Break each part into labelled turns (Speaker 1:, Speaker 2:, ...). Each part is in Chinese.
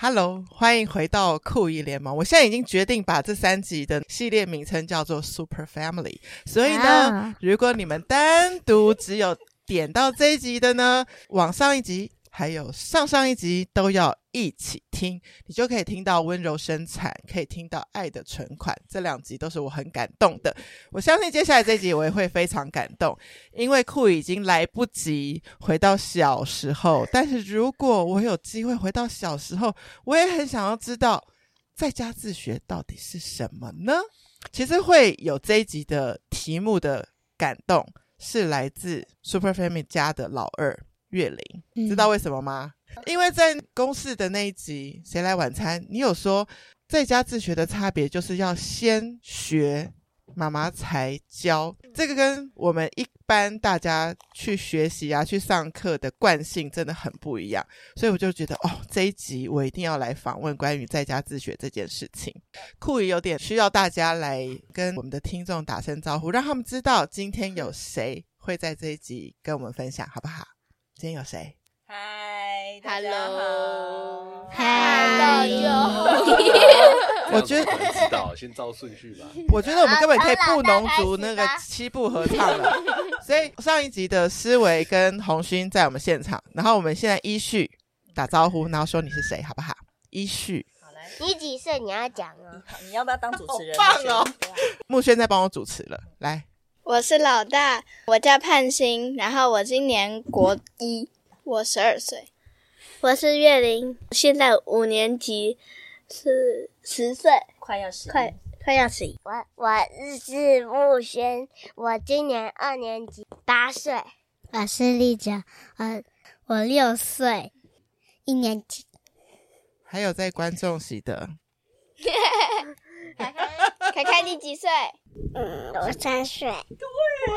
Speaker 1: Hello，欢迎回到酷姨联盟。我现在已经决定把这三集的系列名称叫做 Super Family，所以呢，
Speaker 2: 啊
Speaker 1: 如果你们单独只有点到这一集的呢，往上一集还有上上一集都要一起听，你就可以听到温柔生产，可以听到爱的存款，这两集都是我很感动的。我相信接下来这一集我也会非常感动，因为酷已经来不及回到小时候，但是如果我有机会回到小时候，我也很想要知道在家自学到底是什么呢？其实会有这一集的题目的感动，是来自 Super Family 家的老二月玲，
Speaker 2: 嗯
Speaker 1: 知道为什么吗？因为在公式的那一集《谁来晚餐》，你有说在家自学的差别就是要先学，妈妈才教。这个跟我们一般大家去学习啊、去上课的惯性真的很不一样，所以我就觉得哦，这一集我一定要来访问关于在家自学这件事情。酷宇有点需要大家来跟我们的听众打声招呼，让他们知道今天有谁会在这一集跟我们分享，好不好？今天有谁？
Speaker 3: 嗨
Speaker 4: Hello
Speaker 2: 嗨
Speaker 3: 大家好
Speaker 1: 我觉
Speaker 4: 这样
Speaker 1: 得
Speaker 4: 子我不知道，先照顺序吧。
Speaker 1: 我觉得我们根本可以
Speaker 3: 好
Speaker 1: 不
Speaker 3: 啊啦
Speaker 1: 农族那个
Speaker 3: 大家开始吧
Speaker 1: 七步合唱 了。所以上一集的思维跟红勋在我们现场，然后我们现在依序打招呼，然后说你是谁，好不好？依序，
Speaker 5: 你几岁？你要讲啊！
Speaker 3: 你要不要当主持人？
Speaker 1: 好棒哦！木轩在帮我主持了，来，
Speaker 6: 我是老大，我叫盼星，然后我今年国一，我十二岁。
Speaker 5: 我是月玲，现在五年级，是十岁，
Speaker 3: 快要十，
Speaker 5: 快快要十一。我我是木轩，我今年二年级，八岁。我是丽佳，呃，我六岁，一年级。
Speaker 1: 还有在观众席的，
Speaker 6: 凯凯，你几岁？
Speaker 5: 嗯，我三岁。对，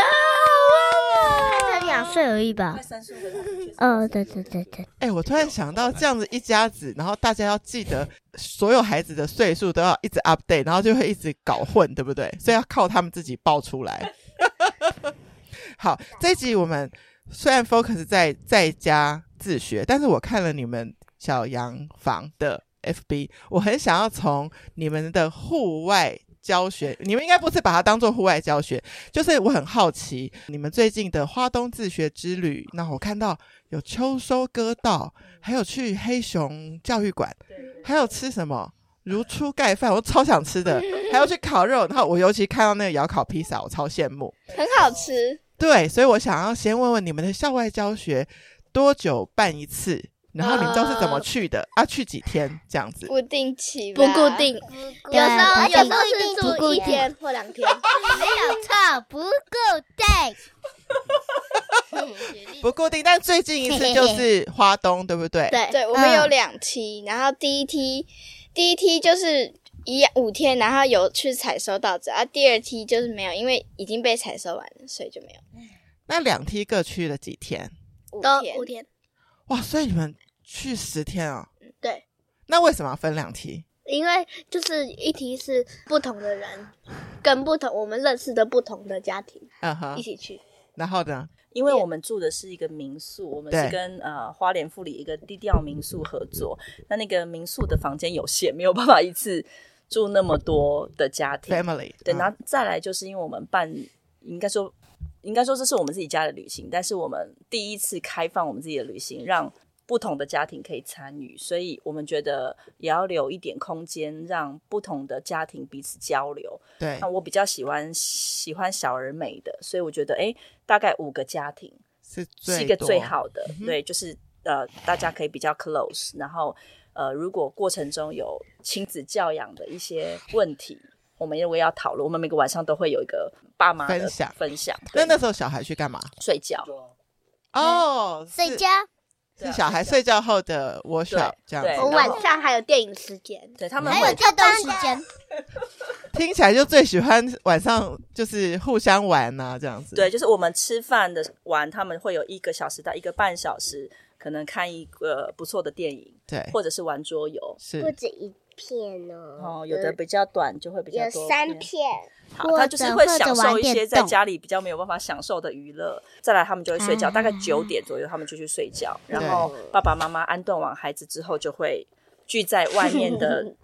Speaker 5: 啊才两岁而已吧
Speaker 3: 快？三十五了。
Speaker 5: 哦，对对对对，
Speaker 1: 哎、我突然想到这样子一家子，然后大家要记得所有孩子的岁数都要一直 update，然后就会一直搞混，对不对？所以要靠他们自己报出来。 好，这一集我们虽然 focus 在在家自学，但是我看了你们小洋房的 FB，我很想要从你们的户外教学，你们应该不是把它当做户外教学，就是我很好奇你们最近的花东自学之旅。那我看到有秋收割稻，还有去黑熊教育馆，还有吃什么如初盖饭，我超想吃的，还要去烤肉。然后我尤其看到那个窑烤披萨，我超羡慕。
Speaker 6: 很好吃，
Speaker 1: 对，所以我想要先问问你们的校外教学多久办一次？然后你们都是怎么去的？啊，去几天这样子？
Speaker 6: 不定期，
Speaker 7: 不固，定，
Speaker 6: 有时
Speaker 5: 啊
Speaker 6: 候有
Speaker 7: 对
Speaker 6: 时
Speaker 7: 不定
Speaker 6: 候是
Speaker 7: 不固
Speaker 6: 住一
Speaker 7: 定
Speaker 6: 天或两天。
Speaker 5: 没有错，不够对。
Speaker 1: 不固定，但最近一次就是花东，对不对？
Speaker 5: 对
Speaker 6: 对，我们有
Speaker 5: 嗯
Speaker 6: 两梯，然后第一梯，第一梯就是一样五天，然后有去采收稻子，啊，第二梯就是没有，因为已经被采收完了，所以就没有。
Speaker 1: 那两梯各去了几天？
Speaker 6: 五
Speaker 5: 都
Speaker 6: 天
Speaker 5: 五，天，
Speaker 1: 哇，所以你们去十天啊、哦？
Speaker 5: 对。
Speaker 1: 那为什么要分两梯？
Speaker 5: 因为就是一题是不同的人，跟不同我们认识的不同的家庭
Speaker 1: 嗯
Speaker 6: 啊
Speaker 1: 哼
Speaker 5: 一。起去。
Speaker 1: 然后呢？
Speaker 3: 因为我们住的是一个民宿，我们
Speaker 1: 对
Speaker 3: 是跟呃花莲富里一个低调民宿合作。那那个民宿的房间有限，没有办法一次住那么多的家庭。
Speaker 1: family
Speaker 3: 对，
Speaker 1: 嗯
Speaker 3: 然后再来就是因为我们办，应该说，应该说这是我们自己家的旅行，但是我们第一次开放我们自己的旅行，让不同的家庭可以参与，所以我们觉得也要留一点空间，让不同的家庭彼此交流。
Speaker 1: 对
Speaker 3: 那，我比较喜欢喜欢小而美的，所以我觉得，哎，大概五个家庭
Speaker 1: 是最
Speaker 3: 是一个
Speaker 1: 多
Speaker 3: 最。好的
Speaker 1: 嗯，哼
Speaker 3: 对，就是呃，大家可以比较 close，然后呃，如果过程中有亲子教养的一些问题，我们也会要讨论。我们每个晚上都会有一个爸妈的
Speaker 1: 分享
Speaker 3: 分享，
Speaker 1: 那
Speaker 3: 对
Speaker 1: 那时候小孩去干嘛？
Speaker 3: 睡觉，
Speaker 1: 哦，是
Speaker 5: 嗯睡觉，
Speaker 3: 对
Speaker 1: 是
Speaker 3: 啊
Speaker 1: 小孩睡觉后的 workshop 这样
Speaker 3: 对
Speaker 5: 我
Speaker 1: 子，
Speaker 5: 晚上还有电影时间，
Speaker 3: 对他们
Speaker 5: 还有
Speaker 3: 会
Speaker 5: 跳动时间。
Speaker 1: 听起来就最喜欢晚上就是互相玩呐、这样子。
Speaker 3: 对，就是我们吃饭的完，他们会有一个小时到一个半小时，可能看一个不错的电影，
Speaker 1: 对，
Speaker 3: 或者是玩桌游。
Speaker 1: 是
Speaker 5: 止一片哦
Speaker 3: 哦，有的比较短，就会比较多片
Speaker 5: 片，
Speaker 3: 好，
Speaker 5: 或
Speaker 3: 啊他就是
Speaker 5: 者
Speaker 3: 会
Speaker 5: 或者
Speaker 3: 享
Speaker 5: 玩
Speaker 3: 受一
Speaker 5: 电
Speaker 3: 些在
Speaker 5: 动
Speaker 3: 家里比较没有办法享受的娱乐。再来，他们就会睡觉，大概
Speaker 5: 啊
Speaker 3: 九点左右他们就去睡觉，然
Speaker 1: 对
Speaker 3: 后爸爸妈妈安顿完孩子之后，就会聚在外 面的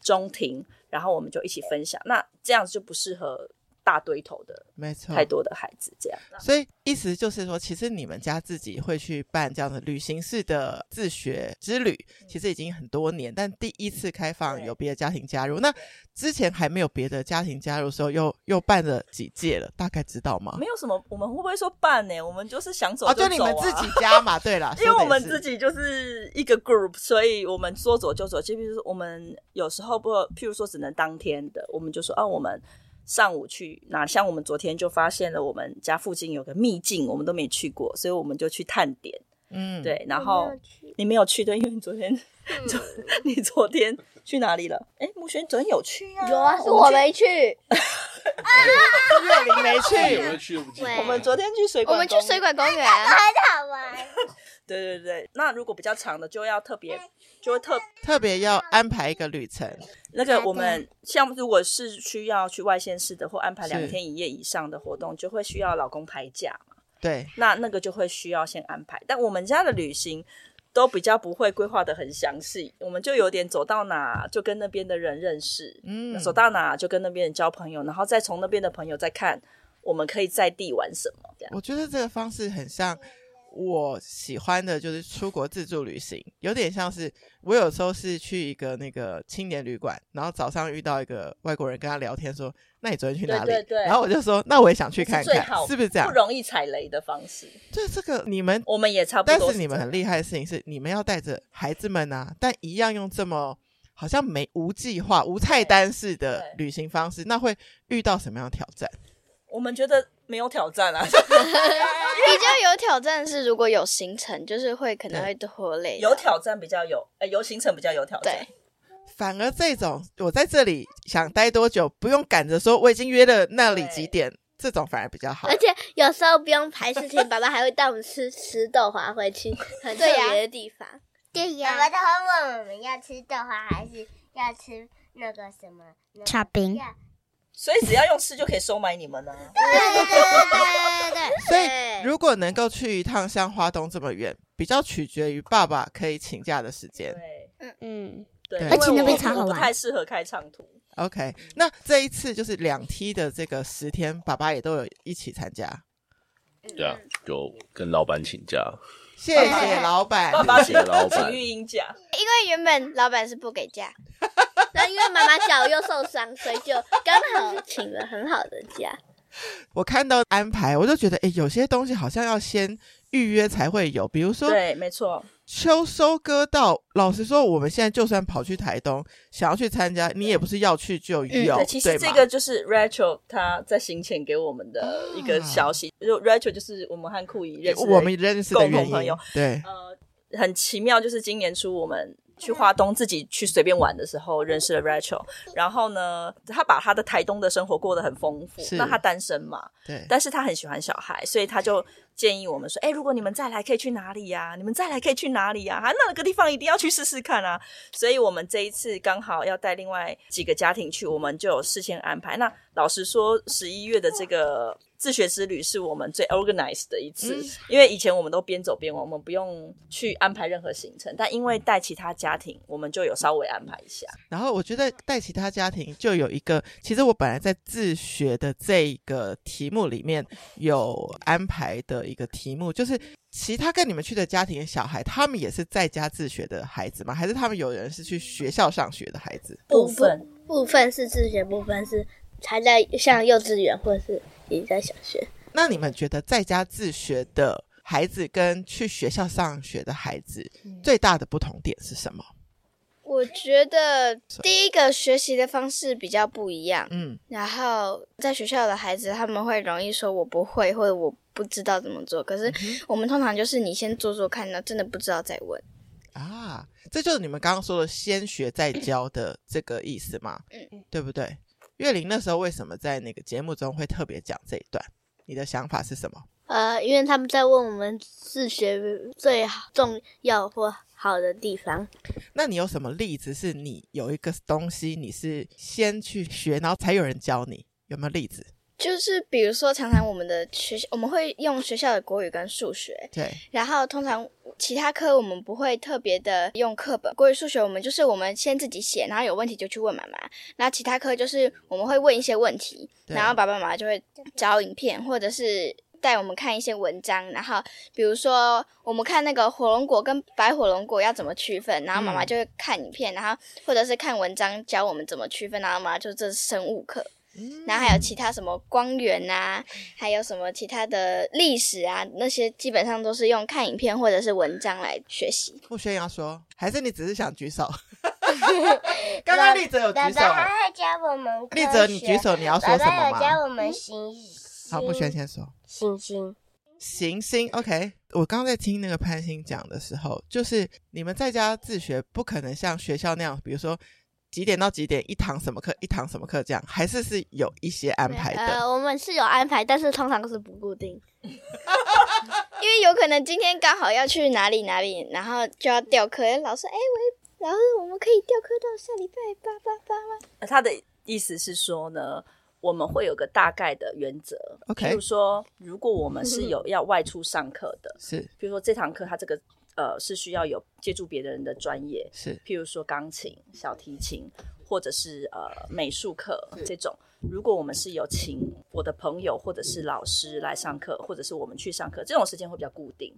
Speaker 3: 中庭，然后我们就一起分享。那这样子就不适合大堆头的
Speaker 1: 没错，
Speaker 3: 太多的孩子这样。
Speaker 1: 所以意思就是说，其实你们家自己会去办这样的旅行式的自学之旅，其实已经很多年，但第一次开放
Speaker 3: 嗯对
Speaker 1: 有别的家庭加入。那之前还没有别的家庭加入的时候，又又办了几届了，大概知道吗？
Speaker 3: 没有什么，我们会不会说办呢、我们就是想走
Speaker 1: 哦，
Speaker 3: 走、啊
Speaker 1: 就你们自己家 嘛，对啦，
Speaker 3: 因为我们
Speaker 1: 说得也
Speaker 3: 自
Speaker 1: 是
Speaker 3: 己就是一个 group，所以我们说走就走。就比如说，我们有时候不，譬如说只能当天的，我们就说啊，我们上午去哪？像我们昨天就发现了我们家附近有个秘境，我们都没去过，所以我们就去探点。
Speaker 1: 嗯，
Speaker 3: 对，然后你没有去，嗯对，因为你昨天， 昨你昨天去哪里了？哎，木轩昨天有去啊，
Speaker 6: 有啊，是
Speaker 3: 我
Speaker 6: 我
Speaker 3: 们去
Speaker 6: 没去，
Speaker 1: 岳林没
Speaker 4: 有没有
Speaker 1: 去，
Speaker 4: 去？不记
Speaker 5: 喂
Speaker 4: 得
Speaker 3: 我们昨天去水
Speaker 6: 我
Speaker 3: 管，
Speaker 6: 们去水。管公园，啊
Speaker 5: 很好玩，
Speaker 3: 对对对，那如果比较长的，就要特别，就会特
Speaker 1: 特别要安排一个旅程，
Speaker 3: 那
Speaker 5: 假
Speaker 3: 个
Speaker 5: 的
Speaker 3: 我们像如果是需要去外县市的或安排两
Speaker 1: 是
Speaker 3: 天一夜以上的活动，就会需要老公排假嘛。
Speaker 1: 对，
Speaker 3: 那那个就会需要先安排。但我们家的旅行都比较不会规划的很详细，我们就有点走到哪就跟那边的人认识，
Speaker 1: 嗯，
Speaker 3: 走到哪就跟那边人交朋友，然后再从那边的朋友再看我们可以在地玩什么这样。
Speaker 1: 我觉得这个方式很像我喜欢的，就是出国自助旅行，有点像是我有时候是去一个那个青年旅馆，然后早上遇到一个外国人，跟他聊天说：“那你昨天去哪里？”
Speaker 3: 对对对
Speaker 1: 然后我就说：“那我也想去
Speaker 3: 这
Speaker 1: 看
Speaker 3: 是最
Speaker 1: 看
Speaker 3: 好，，
Speaker 1: 是不是这样
Speaker 3: 不？”容易踩雷的方式，
Speaker 1: 对，这个你们，
Speaker 3: 我们也差不
Speaker 1: 但
Speaker 3: 多
Speaker 1: 是你们很厉害的事情是，你们要带着孩子们啊，但一样用这么。好像没无计划、无菜单式的
Speaker 3: 对
Speaker 1: 旅行方式，那会遇到什么样的挑战？
Speaker 3: 我们觉得没有挑战啊，
Speaker 6: 比较有挑战是如果有行程，就是会可能会拖累。
Speaker 3: 有挑战比较有，呃，有行程比较有挑战
Speaker 6: 对。
Speaker 1: 反而这种我在这里想待多久，不用赶着说我已经约了那里几点，这种反而比较好
Speaker 5: 而。且有时候不用排事情，爸爸还会带我们吃吃豆花回去，很特
Speaker 6: 对呀
Speaker 5: 别的地方。对呀，爸爸都会问我们要吃豆花还是要吃那个什么炒饼。
Speaker 3: 所以只要用吃就可以收买你们呢、
Speaker 5: 对对对对对
Speaker 1: 所以如果能够去一趟像花东这么远，比较取决于爸爸可以请假的时间。
Speaker 3: 对
Speaker 5: 嗯，
Speaker 3: 对，
Speaker 1: 对
Speaker 3: 因为
Speaker 1: 而且
Speaker 5: 那边
Speaker 3: 我
Speaker 5: 超好玩
Speaker 3: 我不太适合开长途。
Speaker 1: OK，那这一次就是两梯的这个十天，爸爸也都有一起参加。
Speaker 4: 对啊，就跟老板请 假，
Speaker 1: 谢
Speaker 3: 哦
Speaker 1: 谢老板，
Speaker 3: 爸爸
Speaker 4: 谢谢老
Speaker 3: 请
Speaker 4: 板
Speaker 3: 育婴假，
Speaker 6: 因为原本老板是不给假，
Speaker 5: 那因为妈妈脚又受伤，所以就刚好请了很好的假。
Speaker 1: 我看到安排，我就觉得，诶，有些东西好像要先预约才会有，比如说
Speaker 3: 对，没错，
Speaker 1: 秋收割稻，老实说，我们现在就算跑去台东，想要去参加，你也不是要去就有，
Speaker 3: 嗯对，其实
Speaker 1: 吗
Speaker 3: 这个就是 Rachel 她在行前给我们的一个消息，就 Rachel 就是我们和库伊认识的
Speaker 1: 我们认识的
Speaker 3: 共同
Speaker 1: 原
Speaker 3: 朋
Speaker 1: 因
Speaker 3: 友，
Speaker 1: 对，
Speaker 3: 很奇妙，就是今年初我们去花东自己去随便玩的时候认识了 Rachel，然后呢，她把她的台东的生活过得很丰富
Speaker 1: 是。
Speaker 3: 那她单身嘛，
Speaker 1: 对，
Speaker 3: 但是她很喜欢小孩，所以她就建议我们说：“哎、如果你们再来，可以去哪里呀、你们再来可以去哪里呀、啊？那个地方一定要去试试看啊！”所以我们这一次刚好要带另外几个家庭去，我们就有事先安排。那老实说，十一月的这个自学之旅是我们最 organized 的一
Speaker 5: 嗯
Speaker 3: 次，因为以前我们都边走边玩，我们不用去安排任何行程，但因为带其他家庭，我们就有稍微安排一下。
Speaker 1: 然后我觉得带其他家庭就有一个，其实我本来在自学的这个题目里面有安排的一个题目，就是其他跟你们去的家庭的小孩，他们也是在家自学的孩子吗？还是他们有人是去学校上学的孩子？
Speaker 5: 部分部分是自学，部分是还在像幼稚园或是已经在小学。
Speaker 1: 那你们觉得在家自学的孩子跟去学校上学的孩子最大的不同点是什么？
Speaker 6: 我觉得第一个学习的方式比较不一样，
Speaker 1: 嗯，
Speaker 6: 然后在学校的孩子他们会容易说我不会或者我不知道怎么做，可
Speaker 5: 嗯
Speaker 6: 是我们通常就是你先做做看，然后真的不知道再问。
Speaker 1: 啊，这就是你们刚刚说的“先学再教”的这个意思嘛？嗯，对不对？岳玲那时候为什么在那个节目中会特别讲这一段？你的想法是什么？
Speaker 5: 呃，因为他们在问我们自学最好重要或好的地方。
Speaker 1: 那你有什么例子是你有一个东西你是先去学，然后才有人教你？有没有例子？
Speaker 6: 就是比如说，常常我们的学校我们会用学校的国语跟数学，
Speaker 1: 对，
Speaker 6: 然后通常其他科我们不会特别的用课本。国语、数学我们就是我们先自己写，然后有问题就去问妈妈。然后其他科就是我们会问一些问题，
Speaker 1: 对
Speaker 6: 然后爸爸妈妈就会找影片或者是带我们看一些文章。然后比如说我们看那个火龙果跟白火龙果要怎么区分，然后妈妈
Speaker 1: 嗯
Speaker 6: 就会看影片，然后或者是看文章教我们怎么区分。然后妈妈就这是生物课。
Speaker 1: 嗯
Speaker 6: 然后还有其他什么光源啊，还有什么其他的历史啊，那些基本上都是用看影片或者是文章来学习。
Speaker 1: 傅轩要说，还是你只是想 举手？刚刚丽泽有举
Speaker 5: 爸
Speaker 1: 手，
Speaker 5: 爸还会教我们科
Speaker 1: 丽
Speaker 5: 学。
Speaker 1: 泽你举手，你要说
Speaker 5: 爸
Speaker 1: 什
Speaker 5: 爸
Speaker 1: 么
Speaker 5: 有教
Speaker 1: 吗？
Speaker 5: 我们行星。
Speaker 1: 好，傅轩先说。
Speaker 5: 行星。
Speaker 1: 行星，OK。我刚刚在听那个潘欣讲的时候，就是你们在家自学，不可能像学校那样，比如说几点到几点一堂什么课，一堂什么课这样，还是是有一些安排的。
Speaker 2: 呃，我们是有安排，但是通常是不固定。
Speaker 6: 因为有可能今天刚好要去哪里哪里，然后就要调课，老师哎喂，老师我们可以调课到下礼拜八八八吗？
Speaker 3: 呃他的意思是说呢，我们会有个大概的原则。
Speaker 1: OK
Speaker 3: 譬如说，如果我们是有要外出上课的，
Speaker 1: 是
Speaker 3: 譬如说这堂课它这个呃是需要有借助别的人的专业，
Speaker 1: 是，
Speaker 3: 譬如说钢琴、小提琴，或者是呃美术课这种。如果我们是有请我的朋友或者是老师来上课，或者是我们去上课，这种时间会比较固定。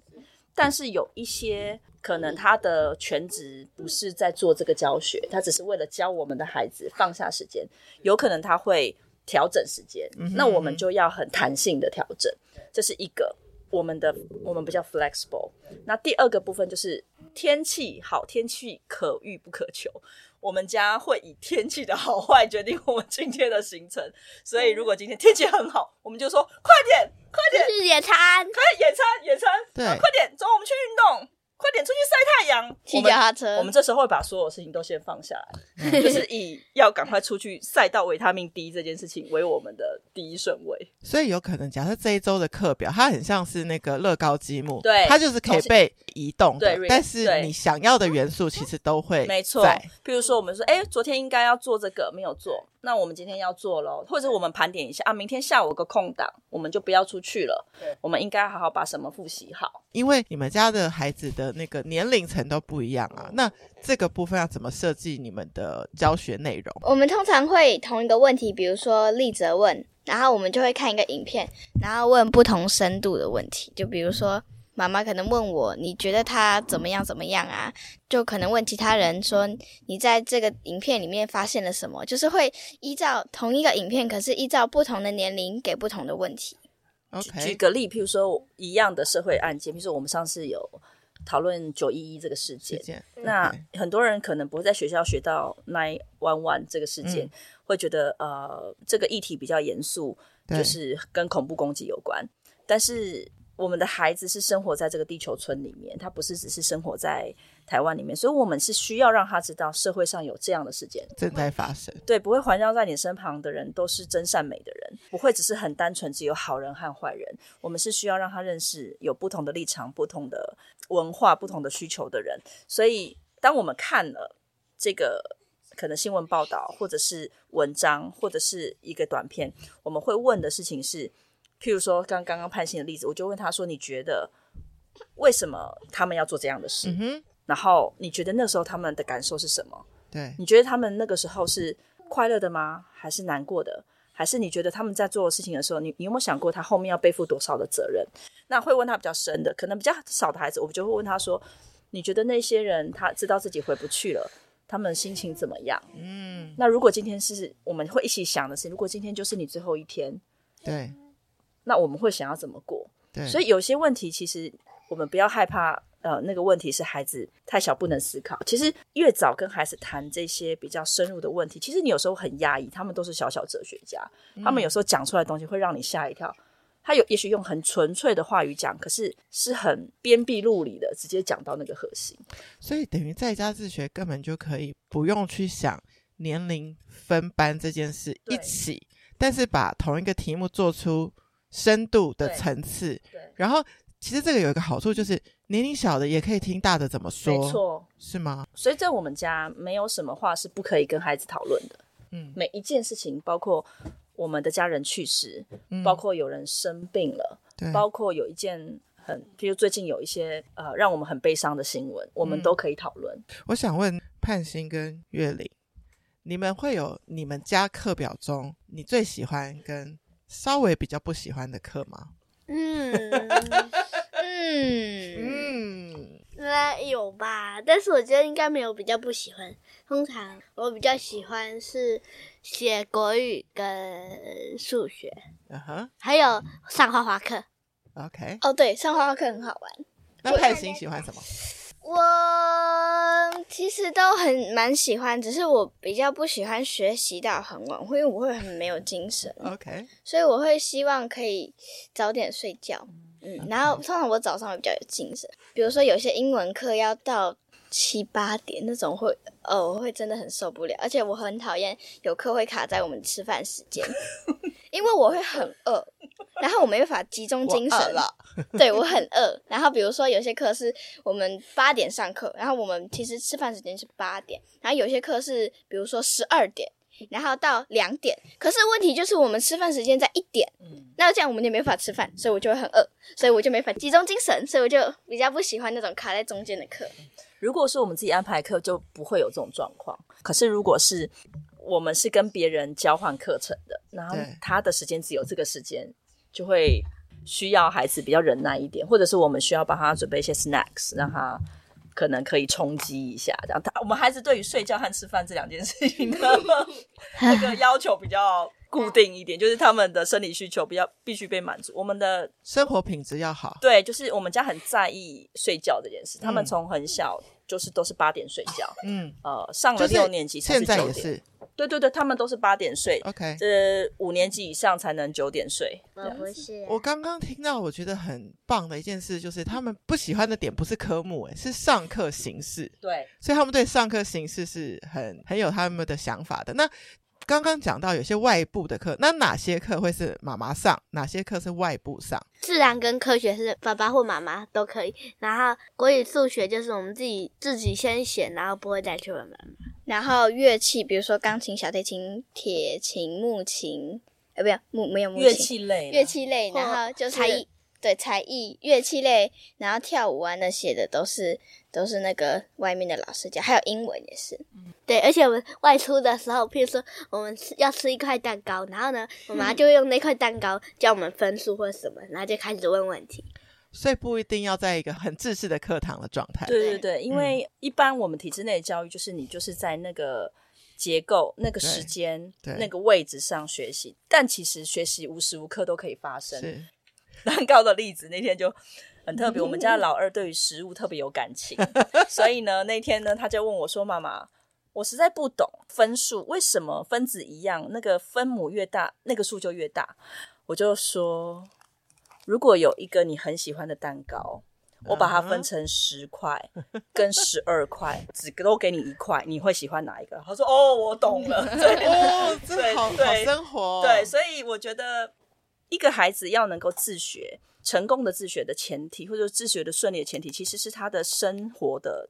Speaker 3: 但是有一些可能他的全职不是在做这个教学，他只是为了教我们的孩子放下时间，有可能他会调整时间，
Speaker 1: 嗯哼
Speaker 3: 那我们就要很弹性的调整，这是一个我们的我们比较 flexible。那第二个部分就是天气好，天气可遇不可求。我们家会以天气的好坏决定我们今天的行程，所以如果今天天气很好，我们就说快点，快点，
Speaker 2: 去野餐，
Speaker 3: 快 野餐，野餐，
Speaker 1: 对
Speaker 3: 啊快点，走，我们去运动，快点出去晒太阳。
Speaker 6: 骑
Speaker 3: 我
Speaker 6: 脚
Speaker 3: 们
Speaker 6: 踏车，
Speaker 3: 我们这时候会把所有事情都先放下来，
Speaker 1: 嗯
Speaker 3: 就是以要赶快出去晒到维他命 D 这件事情为我们的第一顺位。
Speaker 1: 所以有可能，假设这一周的课表，它很像是那个乐高积木，
Speaker 3: 对
Speaker 1: 它就是可以被移动的
Speaker 3: 对，
Speaker 1: 但是
Speaker 3: 对
Speaker 1: 你想要的元素其实都会
Speaker 3: 没错
Speaker 1: 哎在，
Speaker 3: 譬如说我们说，哎，昨天应该要做这个没有做，那我们今天要做喽，或者我们盘点一下啊，明天下午有个空档，我们就不要出去了，我们应该好好把什么复习好。
Speaker 1: 因为你们家的孩子的那个年龄层都不一样
Speaker 3: 哦
Speaker 1: 啊，那这个部分要怎么设计你们的教学内容？
Speaker 6: 我们通常会同一个问题，比如说立则问，然后我们就会看一个影片，然后问不同深度的问题。就比如说，妈妈可能问我，你觉得他怎么样怎么样啊？就可能问其他人说，你在这个影片里面发现了什么？就是会依照同一个影片，可是依照不同的年龄给不同的问题。
Speaker 3: 举举
Speaker 1: OK，
Speaker 3: 个例，譬如说一样的社会案件，譬如说我们上次有讨论九一一这个事
Speaker 1: 时
Speaker 3: 件，
Speaker 1: 间
Speaker 3: 那
Speaker 1: OK
Speaker 3: 很多人可能不会在学校学到 nine one one 这个事件，
Speaker 1: 嗯
Speaker 3: 会觉得呃这个议题比较严肃，
Speaker 1: 对
Speaker 3: 就是跟恐怖攻击有关。但是我们的孩子是生活在这个地球村里面，他不是只是生活在台湾里面，所以我们是需要让他知道社会上有这样的事件，
Speaker 1: 正在发生，
Speaker 3: 对，不会环绕在你身旁的人都是真善美的人，不会只是很单纯只有好人和坏人。我们是需要让他认识有不同的立场、不同的文化、不同的需求的人。所以，当我们看了这个可能新闻报道，或者是文章，或者是一个短片，我们会问的事情是，譬如说刚刚刚潘欣的例子，我就问他说：“你觉得为什么他们要做这样的事？
Speaker 1: 嗯哼，
Speaker 3: 然后你觉得那时候他们的感受是什么？”
Speaker 1: 对，
Speaker 3: 你觉得他们那个时候是快乐的吗？还是难过的？还是你觉得他们在做的事情的时候，你你有没有想过他后面要背负多少的责任？那会问他比较深的，可能比较少的孩子，我们就会问他说：“你觉得那些人他知道自己回不去了，他们心情怎么样？”
Speaker 1: 嗯，
Speaker 3: 那如果今天是我们会一起想的是，如果今天就是你最后一天，
Speaker 1: 对
Speaker 3: 那我们会想要怎么过？
Speaker 1: 对，
Speaker 3: 所以有些问题其实我们不要害怕，呃，那个问题是孩子太小不能思考。其实越早跟孩子谈这些比较深入的问题，其实你有时候很压抑，他们都是小小哲学家，他
Speaker 1: 嗯
Speaker 3: 们有时候讲出来的东西会让你吓一跳。他有也许用很纯粹的话语讲，可是是很鞭辟入里的，直接讲到那个核心。
Speaker 1: 所以等于在家自学根本就可以不用去想年龄分班这件事一
Speaker 3: 对
Speaker 1: 起，但是把同一个题目做出深度的
Speaker 3: 对
Speaker 1: 层次。
Speaker 3: 对，
Speaker 1: 然后其实这个有一个好处就是年龄小的也可以听大的怎么说，
Speaker 3: 没错。
Speaker 1: 是吗？
Speaker 3: 所以在我们家没有什么话是不可以跟孩子讨论的。
Speaker 1: 嗯
Speaker 3: 每一件事情，包括我们的家人去世，
Speaker 1: 嗯
Speaker 3: 包括有人生病了，
Speaker 1: 对
Speaker 3: 包括有一件很，比如最近有一些呃让我们很悲伤的新闻，我们
Speaker 1: 嗯
Speaker 3: 都可以讨论。
Speaker 1: 我想问盼星跟月玲，你们会有你们家课表中你最喜欢跟稍微比较不喜欢的课吗？
Speaker 2: 嗯，
Speaker 6: 嗯，
Speaker 1: 嗯，
Speaker 2: 那有吧，但是我觉得应该没有比较不喜欢。通常我比较喜欢是写国语跟数学，
Speaker 1: 嗯哼
Speaker 2: 还有上画画课。
Speaker 1: ，OK。
Speaker 6: 哦，对，上画画课很好玩。
Speaker 1: 那盼星喜欢什么？
Speaker 6: 我嗯其实都很蛮喜欢，只是我比较不喜欢学习到很晚，因为我会很没有精神，
Speaker 1: OK，
Speaker 6: 所以我会希望可以早点睡觉。嗯，然后通常我早上会比较有精神，比如说有些英文课要到七八点那种会，哦，我会真的很受不了，而且我很讨厌有课会卡在我们吃饭时 间，因为我会很饿，然后我没办法集中精神
Speaker 1: 我饿了。
Speaker 6: 对我很饿。然后比如说有些课是我们八点上课，然后我们其实吃饭时间是八点，然后有些课是比如说十二点，然后到两点。可是问题就是我们吃饭时间在一点，
Speaker 3: 嗯，
Speaker 6: 那这样我们就没法吃饭，所以我就会很饿，所以我就没法集中精神，所以我就比较不喜欢那种卡在中间的课。
Speaker 3: 如果是我们自己安排课，就不会有这种状况。可是如果是我们是跟别人交换课程的，然后
Speaker 1: 对
Speaker 3: 他的时间只有这个时间，就会需要孩子比较忍耐一点，或者是我们需要帮他准备一些 snacks，让他可能可以充饥一下。这样，他我们孩子对于睡觉和吃饭这两件事情的那个要求比较固定一点，就是他们的生理需求比较必须被满足。我们的
Speaker 1: 生活品质要好。
Speaker 3: 对，就是我们家很在意睡觉这件事，他们
Speaker 1: 嗯
Speaker 3: 从很小就是都是八点睡觉，
Speaker 1: 嗯，
Speaker 3: 呃，上了
Speaker 1: 就是
Speaker 3: 六年级才
Speaker 1: 现在
Speaker 3: 九
Speaker 1: 也
Speaker 3: 点，
Speaker 1: 是
Speaker 3: 对对对，他们都是八点睡，
Speaker 1: OK。
Speaker 3: 这五年级以上才能九点睡，这
Speaker 5: 我
Speaker 3: 样
Speaker 5: 不是
Speaker 1: 我刚刚听到，我觉得很棒的一件事，就是他们不喜欢的点不是科目、诶，是上课形式，
Speaker 3: 对，
Speaker 1: 所以他们对上课形式是很很有他们的想法的。那刚刚讲到有些外部的课，那哪些课会是妈妈上，哪些课是外部上？
Speaker 2: 自然跟科学是爸爸或妈妈都可以，然后国语、数学就是我们自己自己先写，然后不会再去问妈妈。
Speaker 6: 然后乐器，比如说钢琴、小提琴、铁琴、木琴，呃，不要木没有木
Speaker 3: 乐器类啦，
Speaker 6: 乐器类，
Speaker 2: 或
Speaker 6: 然后就是
Speaker 2: 才艺，
Speaker 6: 对才艺乐器类，然后跳舞啊那些的都是都是那个外面的老师教，还有英文也是。
Speaker 2: 对，而且我们外出的时候，譬如说我们吃要吃一块蛋糕，然后呢，我
Speaker 5: 嗯
Speaker 2: 妈就会用那块蛋糕教我们分数或什么，然后就开始问问题。
Speaker 1: 所以不一定要在一个很正式的课堂的状态。
Speaker 3: 对对对，因
Speaker 1: 嗯
Speaker 3: 为一般我们体制内的教育就是你就是在那个结构、那个时间、
Speaker 1: 对
Speaker 3: 那个位置上学习，但其实学习无时无刻都可以发生。
Speaker 1: 是
Speaker 3: 蛋糕的例子，那天就很特别。我们家老二对于食物特别有感情， 所以呢，那天呢，他就问我说：“妈妈，我实在不懂分数，为什么分子一样，那个分母越大，那个数就越大？”我就说：“如果有一个你很喜欢的蛋糕。”我把它分成十块跟十二块，只都给你一块，你会喜欢哪一个？他说：“哦，我懂了。 对”
Speaker 1: 哦，这
Speaker 3: 对
Speaker 1: 好好
Speaker 3: 对
Speaker 1: 生活哦、
Speaker 3: 对，所以我觉得一个孩子要能够自学，成功的自学的前提，或者自学的顺利的前提，其实是他的生活的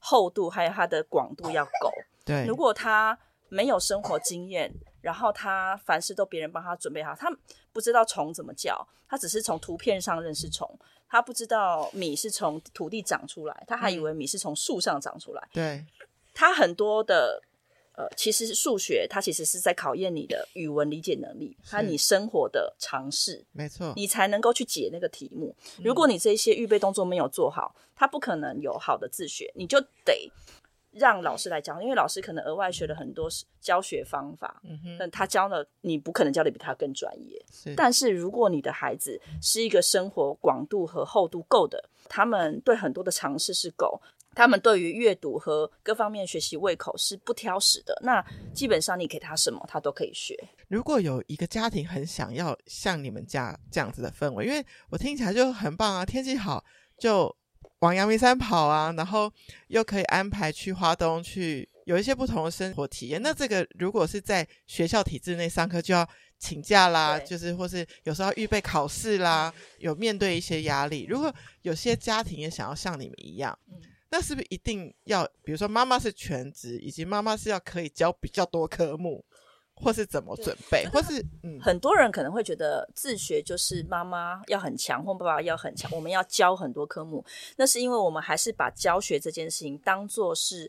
Speaker 3: 厚度还有他的广度要够。
Speaker 1: 对，
Speaker 3: 如果他没有生活经验，然后他凡事都别人帮他准备好，他不知道虫怎么叫，他只是从图片上认识虫，他不知道米是从土地长出来，他
Speaker 1: 嗯
Speaker 3: 还以为米是从树上长出来。
Speaker 1: 对
Speaker 3: 它很多的呃，其实数学它其实是在考验你的语文理解能力，还有你生活的尝试，
Speaker 1: 没错，
Speaker 3: 你才能够去解那个题目。如
Speaker 1: 嗯
Speaker 3: 果你这些预备动作没有做好，它不可能有好的自学，你就得。让老师来教，因为老师可能额外学了很多教学方法，
Speaker 1: 嗯哼，
Speaker 3: 但他教的你不可能教的比他更专业。
Speaker 1: 是
Speaker 3: 但是如果你的孩子是一个生活广度和厚度够的，他们对很多的尝试是够，他们对于阅读和各方面学习胃口是不挑食的，那基本上你给他什么，他都可以学。
Speaker 1: 如果有一个家庭很想要像你们家这样子的氛围，因为我听起来就很棒啊，天气好就往阳明山跑啊，然后又可以安排去花东去有一些不同的生活体验。那这个如果是在学校体制内上课，就要请假啦，
Speaker 3: 对
Speaker 1: 就是或是有时候要预备考试啦，有面对一些压力。如果有些家庭也想要像你们一样。那是不是一定要，比如说妈妈是全职，以及妈妈是要可以教比较多科目，或是怎么准备，或是嗯，
Speaker 3: 很多人可能会觉得自学就是妈妈要很强或爸爸要很强，我们要教很多科目，那是因为我们还是把教学这件事情当做是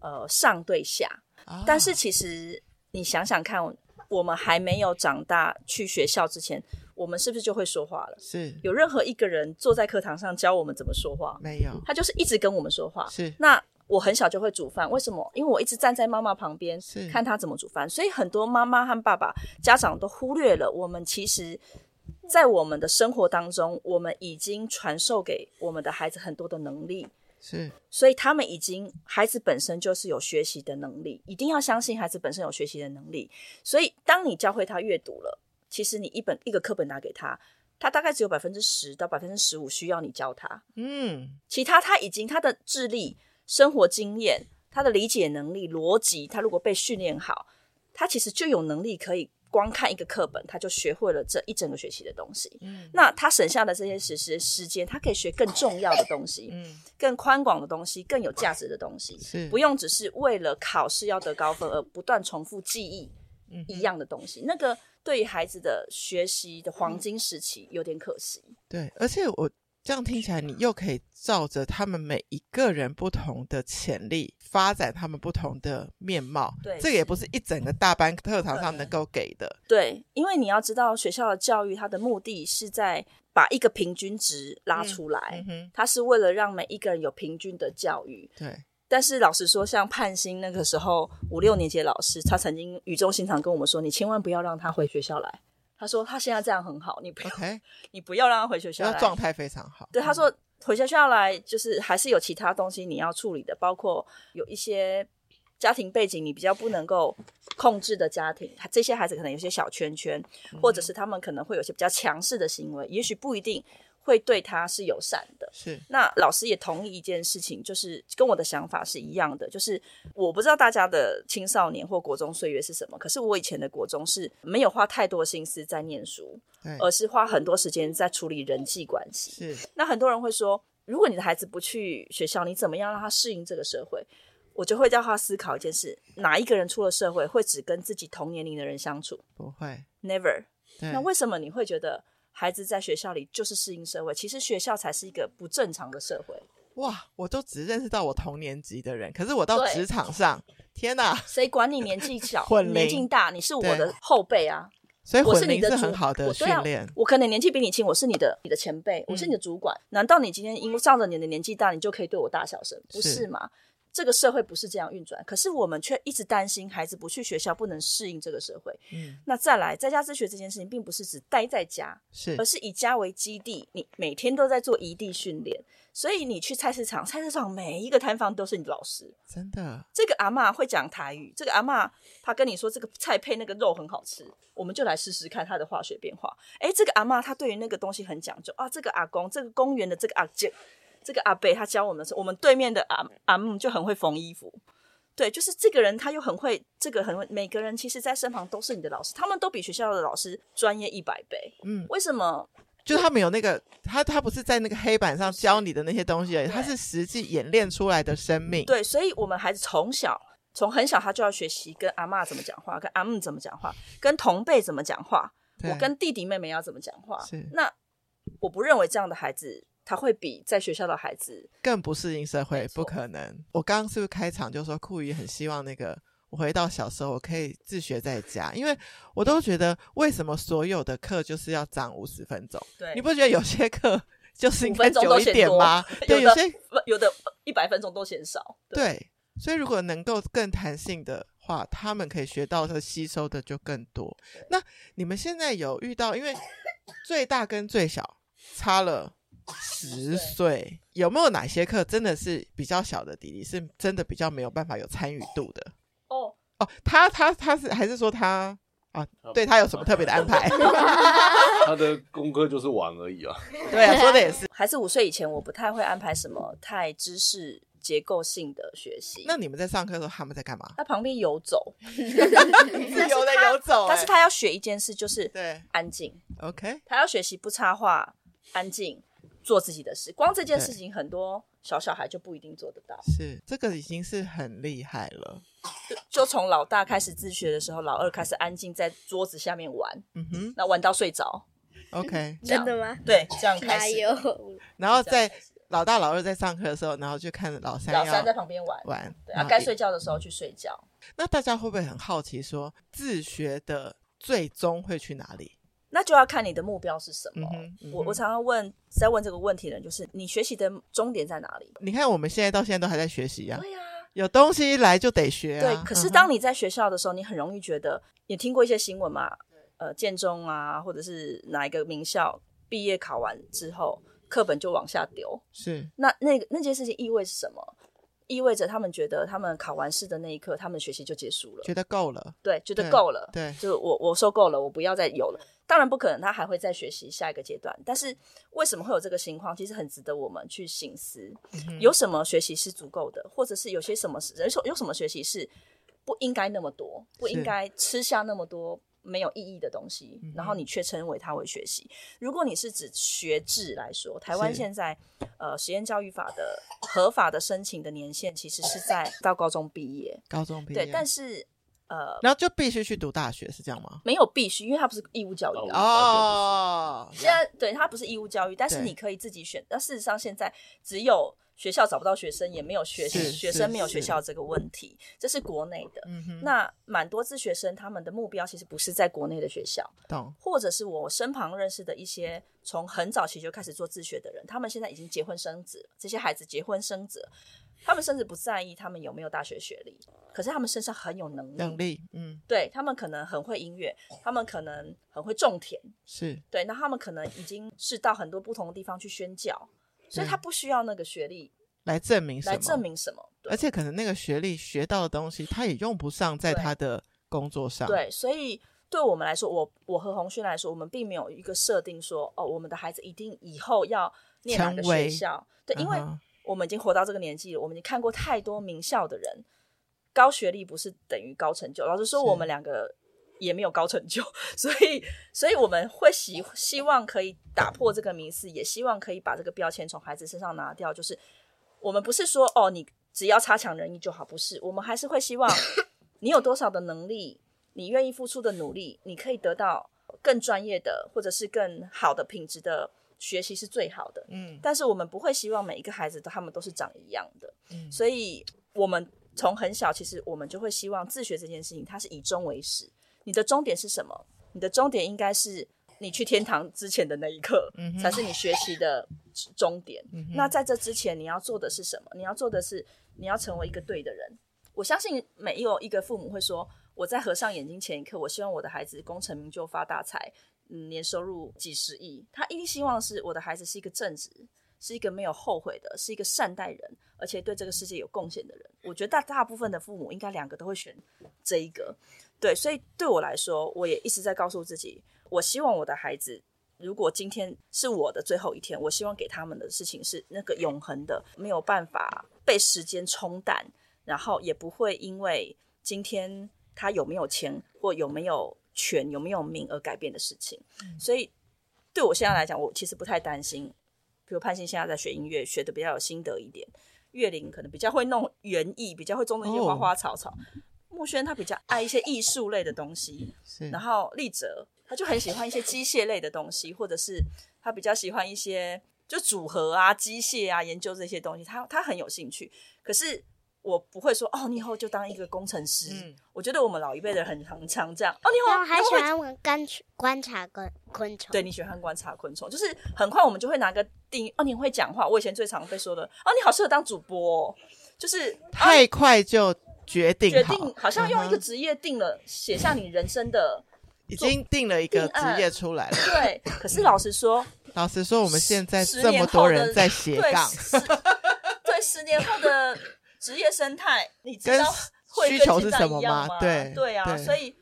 Speaker 3: 呃上对下，
Speaker 1: 啊
Speaker 3: 但是其实你想想看，我们还没有长大去学校之前，我们是不是就会说话了？
Speaker 1: 是
Speaker 3: 有任何一个人坐在课堂上教我们怎么说话，
Speaker 1: 没有
Speaker 3: 他就是一直跟我们说话。
Speaker 1: 是
Speaker 3: 那我很小就会煮饭，为什么？因为我一直站在妈妈旁边
Speaker 1: 是
Speaker 3: 看她怎么煮饭，所以很多妈妈和爸爸家长都忽略了我们其实。在我们的生活当中，我们已经传授给我们的孩子很多的能力，
Speaker 1: 是
Speaker 3: 所以他们已经孩子本身就是有学习的能力，一定要相信孩子本身有学习的能力。所以当你教会他阅读了，其实你一本一个课本拿给他，他大概只有百分之十到百分之十五需要你教他，
Speaker 1: 嗯
Speaker 3: 其他他已经他的智力、生活经验、他的理解能力、逻辑，他如果被训练好，他其实就有能力可以光看一个课本，他就学会了这一整个学期的东西。
Speaker 1: 嗯
Speaker 3: 那他省下的这些时时时间，他可以学更重要的东西。
Speaker 1: 嗯
Speaker 3: 更宽广的东西，更有价值的东西，
Speaker 1: 是
Speaker 3: 不用只是为了考试要得高分而不断重复记忆
Speaker 1: 嗯
Speaker 3: 一样的东西。那个对于孩子的学习的
Speaker 1: 嗯
Speaker 3: 黄金时期有点可惜。
Speaker 1: 对，而且我这样听起来，你又可以照着他们每一个人不同的潜力，发展他们不同的面貌。
Speaker 3: 对
Speaker 1: 这个也不是一整个大班课堂上能够给的。
Speaker 3: 对，因为你要知道，学校的教育它的目的是在把一个平均值拉出来
Speaker 1: 嗯，哼，
Speaker 3: 它是为了让每一个人有平均的教育。
Speaker 1: 对，
Speaker 3: 但是老实说，像盼星那个时候五六年级的老师，他曾经语重心长跟我们说：“你千万不要让他回学校来。”他说：“他现在这样很好，你不要
Speaker 1: OK，
Speaker 3: 你不要让他回学校
Speaker 1: 他
Speaker 3: 来。
Speaker 1: 状态非常好。
Speaker 3: 对，他说回学校来就是还是有其他东西你要处理的，包括有一些家庭背景你比较不能够控制的家庭，这些孩子可能有些小圈圈，或者是他们可能会有些比较强势的行为，也许不一定会对他是友善的。
Speaker 1: 是
Speaker 3: 那老师也同意一件事情，就是跟我的想法是一样的，就是我不知道大家的青少年或国中岁月是什么，可是我以前的国中是没有花太多心思在念书，
Speaker 1: 对
Speaker 3: 而是花很多时间在处理人际关系。
Speaker 1: 是
Speaker 3: 那很多人会说，如果你的孩子不去学校，你怎么样让他适应这个社会？我就会叫他思考一件事：哪一个人出了社会会只跟自己同年龄的人相处
Speaker 1: 不会。
Speaker 3: ？Never。
Speaker 1: 对
Speaker 3: 那为什么你会觉得孩子在学校里就是适应社会？其实学校才是一个不正常的社会。
Speaker 1: 哇，我都只认识到我同年级的人，可是我到
Speaker 3: 对
Speaker 1: 职场上，天哪！
Speaker 3: 谁管你年纪 小
Speaker 1: 混，龄
Speaker 3: 年纪大？你是我的后辈啊，
Speaker 1: 所以
Speaker 3: 我
Speaker 1: 哎混
Speaker 3: 是
Speaker 1: 龄
Speaker 3: 你的
Speaker 1: 是
Speaker 3: 主
Speaker 1: 很好的
Speaker 3: 我
Speaker 1: 训
Speaker 3: 对啊
Speaker 1: 练。嗯
Speaker 3: 我可能年纪比你轻，我是你的你的前辈，我是你的主管。难道你今天因为仗着你的年纪大，你就可以对我大小声？不
Speaker 1: 是
Speaker 3: 是嘛？这个社会不是这样运转，可是我们却一直担心孩子不去学校，不能适应这个社会。
Speaker 1: 嗯，
Speaker 3: 那再来，在家自学这件事情，并不是只待在家，
Speaker 1: 是
Speaker 3: 而是以家为基地，你每天都在做异地训练。所以你去菜市场，菜市场每一个摊贩都是你的老师。
Speaker 1: 真的
Speaker 3: 这个阿嬷会讲台语，这个阿嬷她跟你说这个菜配那个肉很好吃，我们就来试试看它的化学变化。诶，这个阿嬷她对于那个东西很讲究啊，这个阿公，这个公园的这个阿姐，这个阿伯他教我们的时候，我们对面的阿阿姆就很会缝衣服。对，就是这个人，他又很会，这个很会。每个人其实，在身旁都是你的老师，他们都比学校的老师专业一百倍。
Speaker 1: 嗯
Speaker 3: 为什么？
Speaker 1: 就是他们有那个，他他不是在那个黑板上教你的那些东西而已，
Speaker 3: 对
Speaker 1: 他是实际演练出来的生命。
Speaker 3: 对，所以我们孩子从小，从很小，他就要学习跟阿嬷怎么讲话，跟阿姆怎么讲话，跟同辈怎么讲话。
Speaker 1: 对，啊
Speaker 3: 我跟弟弟妹妹要怎么讲话
Speaker 1: 是？
Speaker 3: 那我不认为这样的孩子他会比在学校的孩子
Speaker 1: 更不适应社会
Speaker 3: 没，
Speaker 1: 不
Speaker 3: 错
Speaker 1: 可能。我刚刚是不是开场就说酷鱼很希望那个我回到小时候，我可以自学在家，因为我都觉得为什么所有的课就是要长五十分钟？
Speaker 3: 对
Speaker 1: 你不觉得有些课 就是应
Speaker 3: 五
Speaker 1: 该
Speaker 3: 分钟
Speaker 1: 久
Speaker 3: 都
Speaker 1: 一
Speaker 3: 嫌
Speaker 1: 点
Speaker 3: 多
Speaker 1: 吗？对，有
Speaker 3: 的
Speaker 1: 些
Speaker 3: 有的一百分钟都嫌少。
Speaker 1: 对，所以如果能够更弹性的话，他们可以学到和吸收的就更多。那你们现在有遇到，因为最大跟最小差了十岁，有没有哪些课真的是比较小的弟弟是真的比较没有办法有参与度的？
Speaker 3: 哦，
Speaker 1: 哦，他他他是还是说他啊
Speaker 4: 他？
Speaker 1: 对他有什么特别的安排？
Speaker 4: 他的功课就是玩而已啊。
Speaker 1: 对啊，说的也是。
Speaker 3: 孩子五岁以前，我不太会安排什么太知识结构性的学习。
Speaker 1: 那你们在上课的时候，他们在干嘛？
Speaker 3: 他旁边游走，
Speaker 1: 自由的游走、
Speaker 3: 但是
Speaker 1: 欸
Speaker 3: 他要学一件事，就是
Speaker 1: 对
Speaker 3: 安静。
Speaker 1: ，OK，
Speaker 3: 他要学习不插话，安静做自己的事。光这件
Speaker 1: 对
Speaker 3: 事情，很多小小孩就不一定做得到。
Speaker 1: 是这个已经是很厉害了。
Speaker 3: 就从老大开始自学的时候，老二开始安静在桌子下面玩，
Speaker 1: 嗯哼
Speaker 3: 那玩到睡着，
Speaker 1: ，OK。
Speaker 3: 这样
Speaker 2: 真的吗？
Speaker 3: 对，这样开
Speaker 2: 哪
Speaker 3: 始。
Speaker 2: 有？
Speaker 1: 然后在老大老二在上课的时候，然后就看老三
Speaker 3: 老三在
Speaker 1: 要
Speaker 3: 旁边玩，
Speaker 1: 玩，
Speaker 3: 对
Speaker 1: 然
Speaker 3: 啊，
Speaker 1: 后
Speaker 3: 该
Speaker 1: 一
Speaker 3: 睡觉的时候去睡觉。
Speaker 1: 那大家会不会很好奇说，自学的最终会去哪里？
Speaker 3: 那就要看你的目标是什么。
Speaker 1: 嗯哼嗯哼
Speaker 3: 哦我我常常问在问这个问题的人，就是你学习的终点在哪里？
Speaker 1: 你看我们现在到现在都还在学习呀、
Speaker 3: 对呀、
Speaker 1: 有东西来就得学、啊。
Speaker 3: 对。嗯可是当你在学校的时候，你很容易觉得，也听过一些新闻嘛，呃，建中啊，或者是哪一个名校毕业考完之后，课本就往下丢。
Speaker 1: 是
Speaker 3: 那那个那件事情意味着什么？意味着他们觉得他们考完试的那一刻，他们学习就结束了，
Speaker 1: 觉得够了，
Speaker 3: 对，觉得
Speaker 1: 对
Speaker 3: 够了，
Speaker 1: 对
Speaker 3: 就是我我受够了，我不要再有了。当然不可能，他还会再学习下一个阶段。但是为什么会有这个情况？其实很值得我们去醒思，
Speaker 1: 嗯
Speaker 3: 有什么学习是足够的，或者是有些什么是有什有什么学习是不应该那么多，不应该吃下那么多没有意义的东西，
Speaker 1: 嗯
Speaker 3: 然后你却称为它为学习。如果你是指学制来说，台湾
Speaker 1: 是
Speaker 3: 现在呃实验教育法的合法的申请的年限其实是在到高中毕业，
Speaker 1: 高中毕业，
Speaker 3: 对，但是呃。
Speaker 1: 然后就必须去读大学，是这样吗？
Speaker 3: 没有必须，因为它不是义务教育啊。
Speaker 4: 哦
Speaker 1: 哦，
Speaker 3: 现在对它不是义务教育，但是
Speaker 1: 对
Speaker 3: 你可以自己选。那事实上，现在只有学校找不到学生，也没有学
Speaker 1: 是
Speaker 3: 学
Speaker 1: 是
Speaker 3: 生没有学
Speaker 1: 是
Speaker 3: 校这个问题，这是国内的。
Speaker 1: 嗯哼，
Speaker 3: 那蛮多自学生，他们的目标其实不是在国内的学校，
Speaker 1: 懂，
Speaker 3: 或者是我身旁认识的一些从很早期就开始做自学的人，他们现在已经结婚生子了，这些孩子结婚生子了，他们甚至不在意他们有没有大学学历，可是他们身上很有能力，
Speaker 1: 能力，嗯，
Speaker 3: 对他们可能很会音乐，他们可能很会种田，
Speaker 1: 是
Speaker 3: 对，那他们可能已经是到很多不同的地方去宣教，所以
Speaker 1: 对
Speaker 3: 他不需要那个学历
Speaker 1: 来证明嗯什么？哎
Speaker 3: 来证，明什么。对
Speaker 1: 而且可能那个学历学到的东西，他也用不上在
Speaker 3: 对
Speaker 1: 他的工作上。，
Speaker 3: 对，所以对我们来说，我我和洪勋来说，我们并没有一个设定说，哦，我们的孩子一定以后要念哪个
Speaker 1: 成为
Speaker 3: 学校。对，因为
Speaker 1: 嗯哼
Speaker 3: 我们已经活到这个年纪了，我们已经看过太多名校的人，高学历不是等于高成就。老实说，
Speaker 1: 是
Speaker 3: 我们两个也没有高成就， 所以，所以我们会希希望可以打破这个迷思，也希望可以把这个标签从孩子身上拿掉。就是我们不是说哦，你只要差强人意就好，不是，我们还是会希望你有多少的能力，你愿意付出的努力，你可以得到更专业的或者是更好的品质的学习是最好的。
Speaker 1: 嗯，
Speaker 3: 但是我们不会希望每一个孩子都他们都是长一样的，
Speaker 1: 嗯
Speaker 3: 所以我们从很小，其实我们就会希望自学这件事情，它是以终为始。你的终点是什么？你的终点应该是你去天堂之前的那一刻，
Speaker 1: 嗯哼
Speaker 3: 才是你学习的终点。
Speaker 1: 嗯哼
Speaker 3: 那在这之前，你要做的是什么？你要做的是，你要成为一个对的人。我相信没有一个父母会说，我在合上眼睛前一刻，我希望我的孩子功成名就、发大财，嗯，年收入几十亿。他一定希望是我的孩子是一个正直，是一个没有后悔的，是一个善待人，而且对这个世界有贡献的人。我觉得大大部分的父母应该两个都会选这一个。对，所以对我来说，我也一直在告诉自己，我希望我的孩子，如果今天是我的最后一天，我希望给他们的事情是那个永恒的，没有办法被时间冲淡，然后也不会因为今天他有没有钱或有没有权、有没有名而改变的事情。所以对我现在来讲，我其实不太担心。比如潘欣现在在学音乐，学的比较有心得一点；岳林可能比较会弄园艺，比较会种那些花花草草。木轩他比较爱一些艺术类的东西，
Speaker 1: 是
Speaker 3: 然后立哲他就很喜欢一些机械类的东西，或者是他比较喜欢一些就组合啊、机械啊，研究这些东西，他他很有兴趣。可是我不会说哦，你以后就啊当一个工程师。
Speaker 1: 嗯
Speaker 3: 我觉得我们老一辈的很常常这样哦，你以
Speaker 5: 然
Speaker 3: 后
Speaker 5: 后还
Speaker 3: 你以后
Speaker 5: 喜
Speaker 3: 会
Speaker 5: 欢玩观观察昆昆虫。
Speaker 3: 对你喜欢观察昆虫，就是很快我们就会拿个定义哦，你很会讲话。我以前最常被说的哦，你好适合当主播、哦，就是啊
Speaker 1: 太快就决定
Speaker 3: 决
Speaker 1: 好，
Speaker 3: 定好像用一个
Speaker 1: 嗯哼
Speaker 3: 职业定了，写下你人生的
Speaker 1: 已经定了一个
Speaker 3: 定案
Speaker 1: 职业出来了。
Speaker 3: 对。可是老实说，
Speaker 1: 老实说，我们现在
Speaker 3: 十
Speaker 1: 这
Speaker 3: 年
Speaker 1: 么
Speaker 3: 后
Speaker 1: 多
Speaker 3: 的
Speaker 1: 人在斜
Speaker 3: 对
Speaker 1: 杠，
Speaker 3: 十对，十年后的职业生态，你知
Speaker 1: 跟
Speaker 3: 道会
Speaker 1: 需
Speaker 3: 跟
Speaker 1: 求
Speaker 3: 现
Speaker 1: 是
Speaker 3: 在
Speaker 1: 什
Speaker 3: 一
Speaker 1: 么
Speaker 3: 样
Speaker 1: 吗
Speaker 3: 吗？
Speaker 1: 对
Speaker 3: 对啊，
Speaker 1: 对
Speaker 3: 所以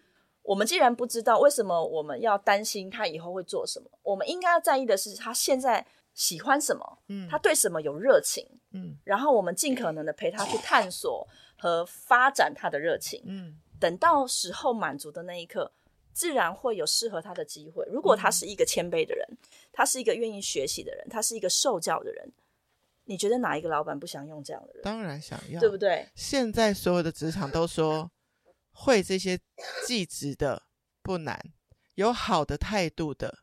Speaker 3: 我们既然不知道为什么我们要担心他以后会做什么，我们应该要在意的是他现在喜欢什么，
Speaker 1: 嗯
Speaker 3: 他对什么有热情，
Speaker 1: 嗯
Speaker 3: 然后我们尽可能的陪他去探索和发展他的热情。
Speaker 1: 嗯，
Speaker 3: 等到时候满足的那一刻，自然会有适合他的机会。如
Speaker 1: 嗯
Speaker 3: 果他是一个谦卑的人，他是一个愿意学习的人，他是一个受教的人，你觉得哪一个老板不想用这样的人？
Speaker 1: 当然想要，
Speaker 3: 对不对？
Speaker 1: 现在所有的职场都说会这些技职的不难，有好的态度的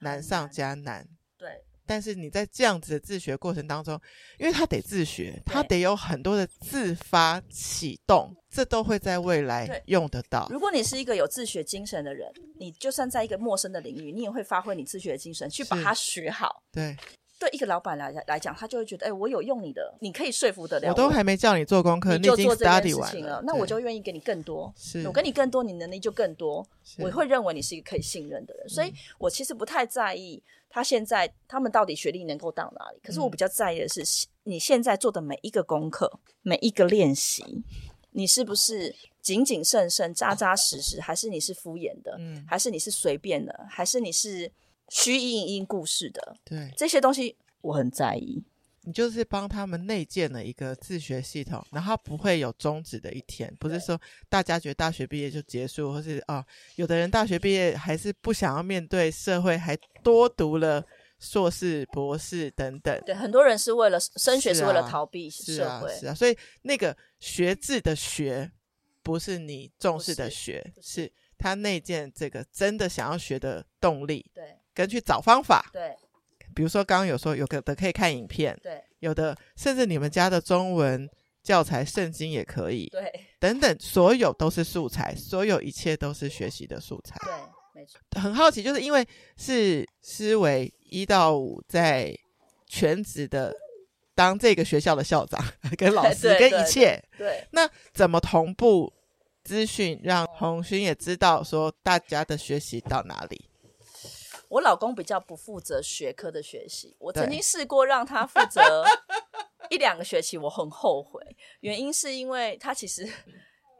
Speaker 1: 难上加难。
Speaker 3: 对，
Speaker 1: 但是你在这样子的自学过程当中，因为他得自学，他得有很多的自发启动，这都会在未来
Speaker 3: 对
Speaker 1: 用得到。
Speaker 3: 如果你是一个有自学精神的人，你就算在一个陌生的领域，你也会发挥你自学的精神去把
Speaker 1: 是
Speaker 3: 它学好。
Speaker 1: 对
Speaker 3: 对一个老板来来讲，他就会觉得，哎、我有用你的，你可以说服得了
Speaker 1: 我都还没叫你做功课，
Speaker 3: 你
Speaker 1: 已
Speaker 3: 就
Speaker 1: 经
Speaker 3: 做这件
Speaker 1: study
Speaker 3: 事
Speaker 1: 完
Speaker 3: 情
Speaker 1: 了
Speaker 3: 那我就
Speaker 1: 对
Speaker 3: 愿意给你更多。
Speaker 1: 是
Speaker 3: 我跟你更多，你能力就更多，
Speaker 1: 是
Speaker 3: 我会认为你是一个可以信任的人，所以我其实不太在意他现在他们到底学历能够到哪里。可是我
Speaker 1: 嗯
Speaker 3: 比较在意的是，你现在做的每一个功课、每一个练习，你是不是谨谨慎慎、扎扎实实，还是你是敷衍的，
Speaker 1: 嗯
Speaker 3: 还是你是随便的，还是你是虚应应故事的？
Speaker 1: 对，
Speaker 3: 这些东西我很在意。
Speaker 1: 你就是帮他们内建了一个自学系统，然后不会有终止的一天。不是说大家觉得大学毕业就结束，或是啊、有的人大学毕业还是不想要面对社会，还多读了硕士、博士等等。
Speaker 3: 对，很多人是为了升学
Speaker 1: 是
Speaker 3: 是为了
Speaker 1: 啊
Speaker 3: 逃避
Speaker 1: 是
Speaker 3: 社
Speaker 1: 啊
Speaker 3: 会，，
Speaker 1: 是啊，所以那个学制的学，不是你重视的
Speaker 3: 不是
Speaker 1: 学，
Speaker 3: 不
Speaker 1: 是他内建这个真的想要学的动力，
Speaker 3: 对
Speaker 1: 跟去找方法。
Speaker 3: 对
Speaker 1: 比如说刚刚有说有个的可以看影片，
Speaker 3: 对
Speaker 1: 有的甚至你们家的中文教材、圣经也可以，
Speaker 3: 对
Speaker 1: 等等，所有都是素材，所有一切都是学习的素材。
Speaker 3: 对，没错。
Speaker 1: 很好奇，就是因为是思维一到五在全职的当这个学校的校长、 跟老师、
Speaker 3: 对对
Speaker 1: 跟一切，
Speaker 3: 对，
Speaker 1: 那怎么同步资讯，让红勋也知道说大家的学习到哪里？
Speaker 3: 我老公比较不负责学科的学习，我
Speaker 1: 对
Speaker 3: 曾经试过让他负责 一两个学期，我很后悔，原因是因为他 其实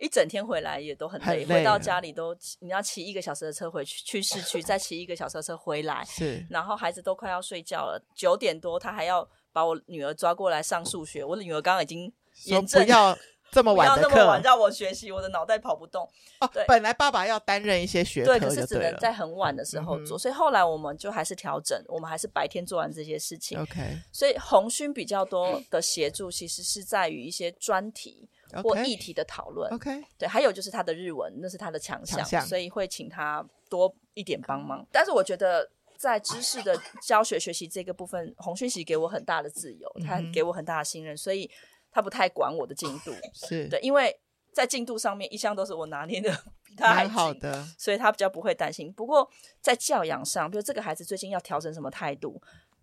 Speaker 3: 一整天回来也都很累，
Speaker 1: 很累
Speaker 3: 回到
Speaker 1: 啊
Speaker 3: 家里都你要骑一个小时的车回去，去市区再骑一个小时的车回来，
Speaker 1: 是
Speaker 3: 然后孩子都快要睡觉了，九点多他还要把我女儿抓过来上数学，我的女儿刚刚已经
Speaker 1: 说
Speaker 3: 严
Speaker 1: 不
Speaker 3: 正
Speaker 1: 要这么
Speaker 3: 不要
Speaker 1: 晚的
Speaker 3: 那么晚
Speaker 1: 课
Speaker 3: 让我学习，我的脑袋跑不动。
Speaker 1: 哦
Speaker 3: 对。
Speaker 1: 本来爸爸要担任一些学科
Speaker 3: 对，可是
Speaker 1: 就
Speaker 3: 只
Speaker 1: 对
Speaker 3: 能
Speaker 1: 了。嗯
Speaker 3: 在很晚的时候做，所以后来我们就还是调整，我们还是白天做完这些事情。
Speaker 1: OK
Speaker 3: 所以红勋比较多的协助，其实是在于一些专题或
Speaker 1: OK
Speaker 3: 议题的讨论。
Speaker 1: OK，
Speaker 3: 对，还有就是他的日文，那是他的强项，
Speaker 1: 强项
Speaker 3: 所以会请他多一点帮忙。但是我觉得。在知识的教学学习这个部分，红勋其实给我很大的自由，他
Speaker 1: 嗯哼
Speaker 3: 给我很大的信任，所以他不太管我的进度。
Speaker 1: 是
Speaker 3: 对，因为在进度上面一向都是我拿捏 的比他还
Speaker 1: 蛮好
Speaker 3: 紧
Speaker 1: 的。
Speaker 3: 所以他比较不会担心。不过在教养上，比如这个孩子最近要调整什么态度，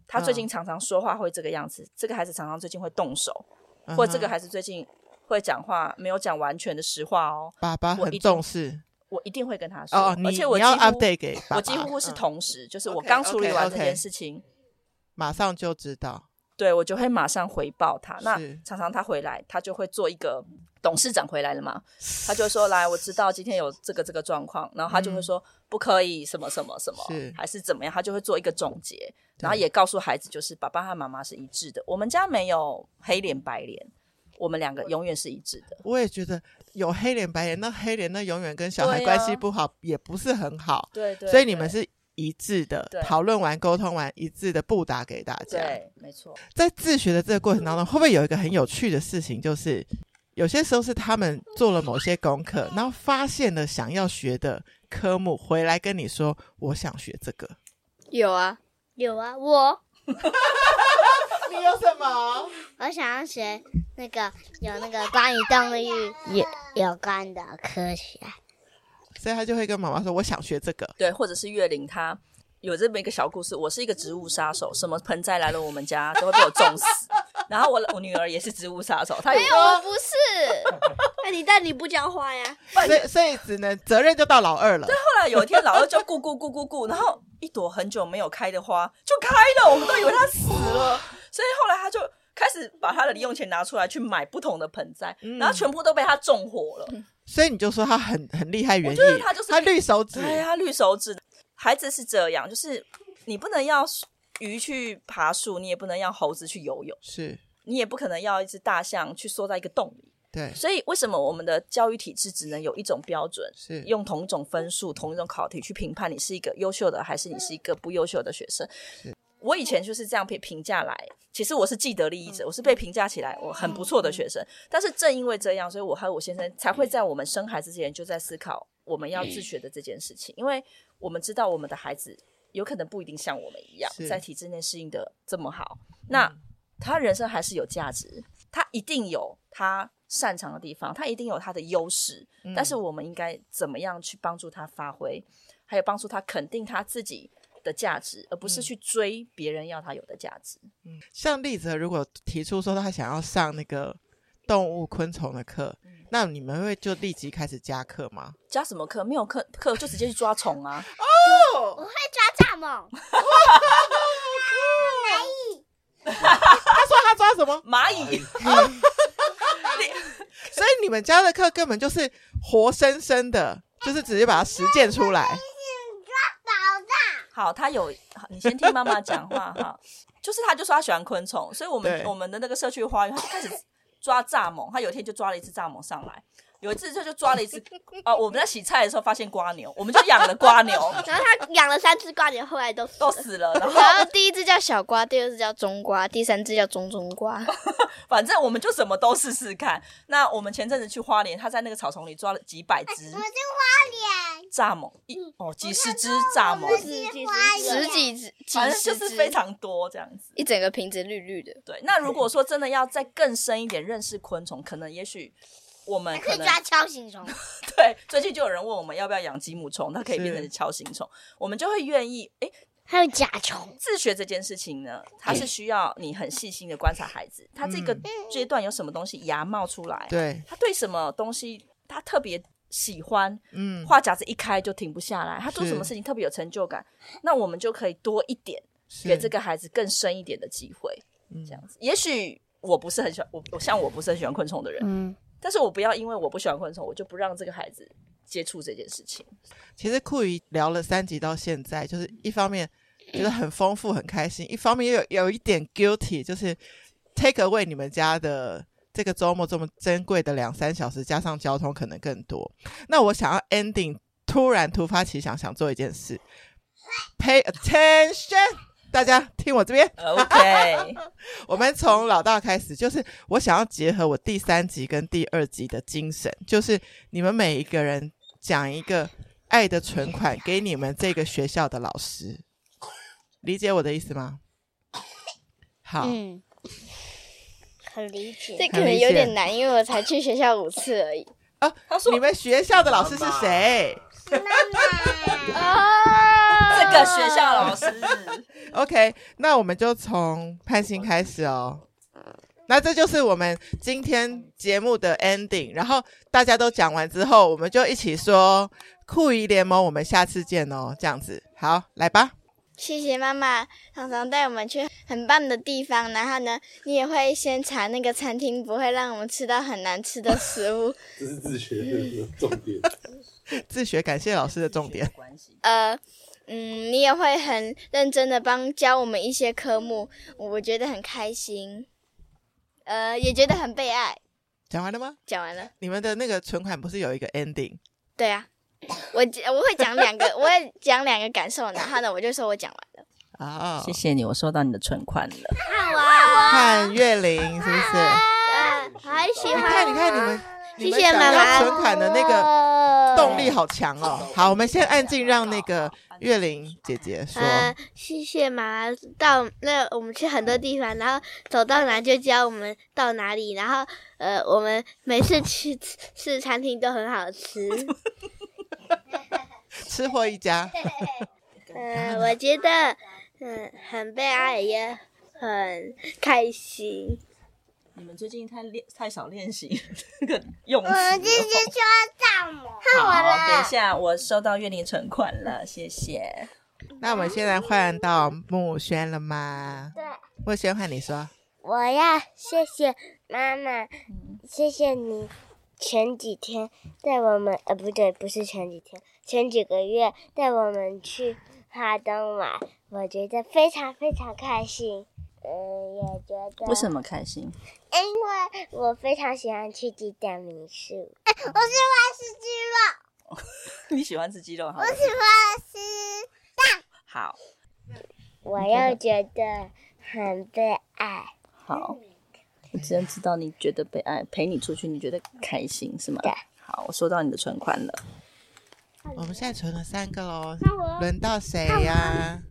Speaker 3: 他
Speaker 1: 嗯
Speaker 3: 最近常常说话会这个样子，这个孩子常常最近会动手，或者这个
Speaker 1: 还
Speaker 3: 孩子最近会讲话没有讲完全的实话哦，
Speaker 1: 爸爸
Speaker 3: 我
Speaker 1: 很
Speaker 3: 一定
Speaker 1: 重视
Speaker 3: 我一定会跟他说。
Speaker 1: 哦，你
Speaker 3: 而且我
Speaker 1: 你
Speaker 3: 几乎
Speaker 1: 要 update 给爸爸，
Speaker 3: 我几乎是
Speaker 1: 嗯
Speaker 3: 同时，就是我
Speaker 1: OK，
Speaker 3: 刚处理完
Speaker 1: OK，OK
Speaker 3: 这件事情。
Speaker 1: 马上就知道，
Speaker 3: 对，我就会马上回报他。那
Speaker 1: 是
Speaker 3: 常常他回来，他就会做一个董事长回来了嘛，他就 说：“来，我知道今天有这个这个状况。”然后他就会说：“不可以什么什么什么
Speaker 1: 是，
Speaker 3: 还嗯是怎么样？”他就会做一个总结，然后也告诉孩子，就是爸爸和妈妈是一致的。我们家没有黑脸白脸，我们两个永远是一致的。
Speaker 1: 我也觉得有黑脸白脸，那黑脸那永远跟小孩
Speaker 3: 对啊
Speaker 1: 关系不好，也不是很好，
Speaker 3: 对对
Speaker 1: 所以你们是一致的
Speaker 3: 对，
Speaker 1: 讨论完沟通完一致的布达给大家。
Speaker 3: 对，没错，
Speaker 1: 在自学的这个过程当中，会不会有一个很有趣的事情，就是有些时候是他们做了某些功课，然后发现了想要学的科目，回来跟你说我想学这个，
Speaker 6: 有啊，
Speaker 5: 有啊，我
Speaker 1: 你有什么？
Speaker 5: 我想要学那个有那个关于 动力有有关的科学。
Speaker 1: 所以他就会跟妈妈说我想学这个。
Speaker 3: 对，或者是月玲她有这么一个小故事，我是一个植物杀手，什么盆栽来了我们家都会被我种死。然后我我女儿也是植物杀手，她有
Speaker 6: 没有，我不 是，
Speaker 2: 那哎你但你不教花呀？
Speaker 1: 所以所以只能责任就到老二了。
Speaker 3: 后来有一天，老二就咕咕咕咕咕，然后一朵很久没有开的花就开了，我们都以为它死了，所以后来他就开始把他的零用钱拿出来去买不同的盆栽，然后全部都被他种火了。
Speaker 1: 所以你就说他很很厉害，原
Speaker 3: 我觉得
Speaker 1: 因
Speaker 3: 他就是
Speaker 1: 绿手指，
Speaker 3: 哎呀，绿手指，孩子是这样，就是你不能要鱼去爬树，你也不能要猴子去游泳，
Speaker 1: 是
Speaker 3: 你也不可能要一只大象去缩在一个洞里。
Speaker 1: 对，
Speaker 3: 所以为什么我们的教育体制只能有一种标准？
Speaker 1: 是
Speaker 3: 用同一种分数、同一种考题去评判你是一个优秀的还是你是一个不优秀的学生。我以前就是这样被评价来，其实我是既得利益者，我是被评价起来我很不错的学生。但是正因为这样，所以我和我先生才会在我们生孩子之前就在思考我们要自学的这件事情，因为我们知道我们的孩子有可能不一定像我们一样
Speaker 1: 是
Speaker 3: 在体制内适应的这么好，那他人生还是有价值，他一定有他擅长的地方，他一定有他的优势，但是我们应该怎么样去帮助他发挥，还有帮助他肯定他自己的价值，而不是去追别人要他有的价值。
Speaker 1: 像丽泽如果提出说她想要上那个动物昆虫的课，
Speaker 3: 嗯
Speaker 1: 那你们会就立即开始加课吗？
Speaker 3: 加什么课？没有课课就直接去抓虫 啊！
Speaker 5: 我会抓 蚱蜢，
Speaker 1: 她说她抓什么？
Speaker 3: 蚂蚁，
Speaker 1: 所以你们家的课根本就是活生生的，就是直接把它实践出 来。
Speaker 3: 好，他有好你先听妈妈讲话哈。就是他就说他喜欢昆虫，所以我们
Speaker 1: 对
Speaker 3: 我们的那个社区花园，他就开始抓蚱蜢。他有一天就抓了一只蚱蜢上来，有一次就就抓了一只 啊、我们在洗菜的时候发现瓜牛，我们就养了瓜牛，
Speaker 2: 然后他养了三只瓜牛，后来都死
Speaker 3: 都
Speaker 2: 了。
Speaker 3: 死了。然后
Speaker 6: 然后第一只叫小瓜，第二只叫中瓜，第三只叫中中瓜。
Speaker 3: 反正我们就什么都试试看。那我们前阵子去花莲，他在那个草丛里抓了几百只
Speaker 5: 我是花脸，
Speaker 3: 蚱蜢，一哦几十只蚱
Speaker 5: 我
Speaker 3: 蜢，
Speaker 5: 是
Speaker 2: 几
Speaker 5: 花
Speaker 6: 十
Speaker 5: 脸，
Speaker 6: 几只，
Speaker 3: 嗯
Speaker 6: 几
Speaker 3: 反正就
Speaker 6: 十
Speaker 3: 是
Speaker 6: 只，
Speaker 3: 非常多这样子。嗯
Speaker 6: 一整个瓶子绿绿的。
Speaker 3: 对，那如果说真的要再更深一点认识昆虫，可能也许我们
Speaker 5: 可
Speaker 3: 可
Speaker 5: 以
Speaker 3: 能
Speaker 5: 抓锹形虫，
Speaker 3: 对最近就有人问我们要不要养吉姆虫，它可以变成
Speaker 1: 是
Speaker 3: 锹形虫，我们就会愿意诶
Speaker 5: 还有甲 虫，
Speaker 3: 自学这件事情呢，它是需要你很细心的观察孩子，他这个
Speaker 1: 嗯
Speaker 3: 阶段有什么东西牙冒出来，
Speaker 1: 对，
Speaker 3: 他对什么东西他特别喜欢，
Speaker 1: 嗯，
Speaker 3: 话匣子一开就停不下来，他做
Speaker 1: 是
Speaker 3: 什么事情特别有成就感，那我们就可以多一点
Speaker 1: 是
Speaker 3: 给这个孩子更深一点的机会，
Speaker 1: 嗯
Speaker 3: 这样子。也许我不是很喜欢我，我像我不是很喜欢昆虫的人，
Speaker 5: 嗯，
Speaker 3: 但是我不要因为我不喜欢昆虫，我就不让这个孩子接触这件事情。
Speaker 1: 其实酷鱼聊了三集到现在，就是一方面觉得很丰富、很开心，一方面又有有一点 guilty，就是 take away 你们家的这个周末这么珍贵的两三小时，加上交通可能更多。那我想要 ending，突然突发奇想，想做一件事，pay attention，大家听我这边。
Speaker 3: OK，
Speaker 1: 我们从老大开始，就是我想要结合我第三集跟第二集的精神，就是你们每一个人讲一个爱的存款给你们这个学校的老师，理解我的意思吗？好，
Speaker 5: 嗯，很理解。
Speaker 6: 这
Speaker 1: 很
Speaker 6: 可能
Speaker 1: 明
Speaker 6: 有
Speaker 1: 显
Speaker 6: 点难，因为我才去学校五次而已。
Speaker 3: 他说
Speaker 1: 你们学校的老师是谁
Speaker 5: 哦
Speaker 3: 这个学校老师，
Speaker 1: ？OK，那我们就从潘欣开始哦。那这就是我们今天节目的 ending，然后大家都讲完之后，我们就一起说酷鱼联盟，我们下次见哦，这样子，好，来吧。
Speaker 6: 谢谢妈妈常常带我们去很棒的地方，然后呢，你也会先查那个餐厅，不会让我们吃到很难吃的食物。
Speaker 4: 这是自学的重点。
Speaker 1: 自学，感谢老师的重点。
Speaker 3: 关系。
Speaker 6: 呃，嗯，你也会很认真的帮教我们一些科目，我觉得很开心，呃，也觉得很被爱。
Speaker 1: 讲完了吗？
Speaker 6: 讲完了，
Speaker 1: 你们的那个存款不是有一个 ending？
Speaker 6: 对啊，我我会讲两个，我会讲两个感受，然后呢，我就说我讲完了。
Speaker 1: 哦，
Speaker 3: 谢谢你，我收到你的存款了。
Speaker 1: 看月玲是不是？
Speaker 6: 啊，好喜
Speaker 1: 你看，你看你们，你们
Speaker 6: 谢谢
Speaker 1: 想
Speaker 6: 妈妈
Speaker 1: 要存款的那个
Speaker 5: 个
Speaker 1: 动力好强哦。好，我们先安静，让那个月玲姐姐说。
Speaker 6: 嗯
Speaker 2: 呃，谢谢妈妈到那我们去很多地方，然后走到哪就教我们到哪里，然后呃，我们每次去吃吃餐厅都很好吃。
Speaker 1: 吃货一家，
Speaker 2: 嗯、我觉得嗯很被爱，也很开心。
Speaker 3: 你们最近太练太少练习这个用词了。
Speaker 5: 我今天就要蚱蜢，看
Speaker 3: 好，等一下，我收到月龄存款了，谢谢。
Speaker 1: 那我们现在换到木轩了吗？
Speaker 5: 对，
Speaker 1: 木轩换你说。
Speaker 5: 我要谢谢妈妈，
Speaker 3: 嗯
Speaker 5: 谢谢你前几天带我们，呃，不对，不是前几天，前几个月带我们去花东玩，我觉得非常非常开心。嗯，也觉得
Speaker 3: 为什？么开 心？
Speaker 5: 因为我非常喜欢去地点民宿。 我喜欢吃鸡肉，
Speaker 3: 你喜欢吃鸡肉好了？
Speaker 5: 我喜欢吃。
Speaker 3: 好，
Speaker 5: 我又觉得很被爱。
Speaker 3: 好，我只能知道你觉得被爱，陪你出去你觉得开心是吗？
Speaker 5: 对。
Speaker 3: 好，我收到你的存款了。
Speaker 1: 我们现在存了三个喽，
Speaker 5: 那我
Speaker 1: 轮到谁呀、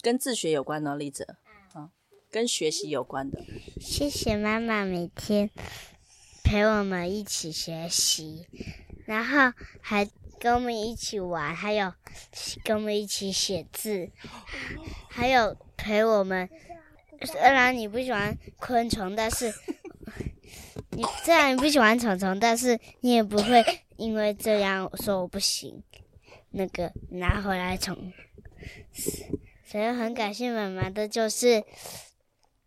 Speaker 3: 跟自学有关呢，丽哲。
Speaker 5: 嗯
Speaker 3: 啊，跟学习有关的。
Speaker 5: 谢谢妈妈每天陪我们一起学习，然后还跟我们一起玩，还有跟我们一起写字，还有陪我们。虽然你不喜欢昆虫，但是你虽然你不喜欢虫虫，但是你也不会因为这样说我不行，那个拿回来虫。所以很感谢妈妈的，就是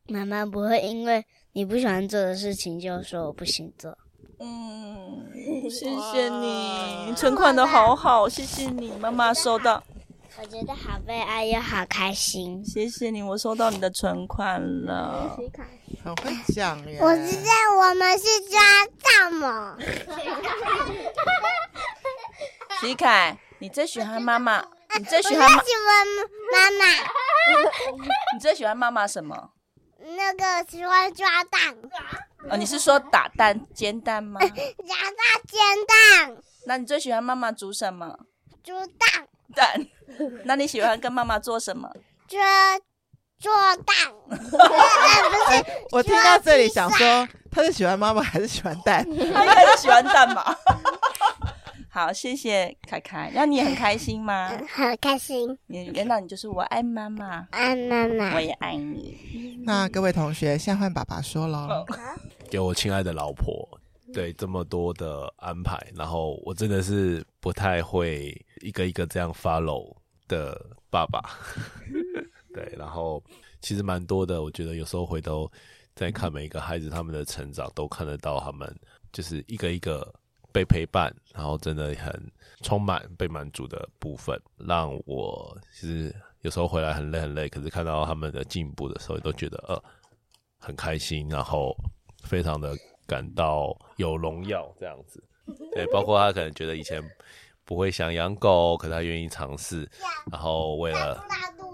Speaker 5: 妈妈不会因为你不喜欢做的事情就说我不行做。
Speaker 3: 嗯，谢谢你，存款的好好，谢谢你，妈妈收到，
Speaker 5: 我觉得好被爱又好开心。
Speaker 3: 谢谢你，我收到你的存款了。
Speaker 1: 很会讲耶！
Speaker 5: 我知道我们是抓蚱蜢，
Speaker 3: 徐凯，你最喜欢妈妈？你最喜
Speaker 5: 我最喜
Speaker 3: 欢妈？
Speaker 5: 欢妈妈
Speaker 3: 你最喜欢妈妈什么？
Speaker 5: 那个喜欢抓蛋，
Speaker 3: 哦，你是说打蛋、煎蛋吗？
Speaker 5: 抓大煎蛋、
Speaker 3: 那你最喜欢妈妈煮什么
Speaker 5: 猪蛋、
Speaker 3: 蛋？ 那你喜欢跟妈妈做什么？
Speaker 5: 做做 蛋，不是
Speaker 1: 我听到这里想说，他是喜欢妈妈还是喜欢蛋？
Speaker 3: 他应该是喜欢蛋吧。 好，谢谢凯凯，那你也很开心吗？
Speaker 5: 好开心，
Speaker 3: 你原来你就是我爱妈妈，
Speaker 5: 爱啊妈妈
Speaker 3: 我。也爱你。
Speaker 1: 那各位同学，现在换爸爸说喽。
Speaker 7: 给我亲爱的老婆，对这么多的安排，然后我真的是不太会一个一个这样 follow 的爸爸。对，然后其实蛮多的，我觉得有时候回头再看每一个孩子他们的成长，都看得到他们就是一个一个被陪伴，然后真的很充满被满足的部分，让我其实有时候回来很累很累，可是看到他们的进步的时候，都觉得呃很开心，然后非常的感到有荣耀这样子。对，包括他可能觉得以前不会想养狗，可是他愿意尝试，然后为了。
Speaker 5: 大肚，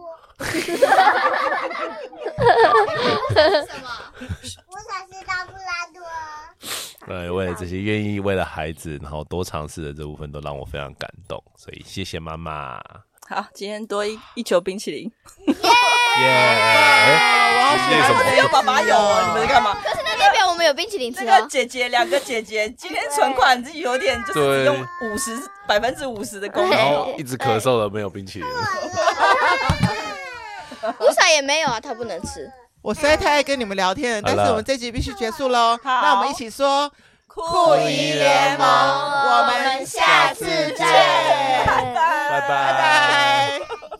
Speaker 5: 我想是大布啊拉多。
Speaker 7: 对，为了这些愿意为了孩子，然后多尝试的这部分，都让我非常感动，所以谢谢妈妈，
Speaker 3: 好，今天多一一球冰淇淋。
Speaker 1: 我
Speaker 7: 耶、
Speaker 1: 要
Speaker 7: 那哎个什么
Speaker 1: 学
Speaker 3: 有爸爸有哦，你们在干嘛？
Speaker 6: 可是那代表我们有冰淇淋
Speaker 3: 这
Speaker 6: 吃
Speaker 3: 个
Speaker 6: 哦。
Speaker 3: 姐姐，两个姐姐，今天存款是有点就是只用五十百分之五十的功
Speaker 7: 然
Speaker 3: 能。
Speaker 7: 后一直咳嗽了，没有冰淇淋，
Speaker 6: 乌萨也没有啊，他不能吃。
Speaker 1: 我实在太爱跟你们聊天了，但
Speaker 7: 好
Speaker 1: 是
Speaker 7: 了
Speaker 1: 我们这集必须结束喽。
Speaker 3: 好
Speaker 1: 那我们一起说，
Speaker 3: 酷
Speaker 7: 姨联盟
Speaker 1: 我们
Speaker 6: 下次见
Speaker 3: 拜拜
Speaker 7: 拜
Speaker 1: 拜拜。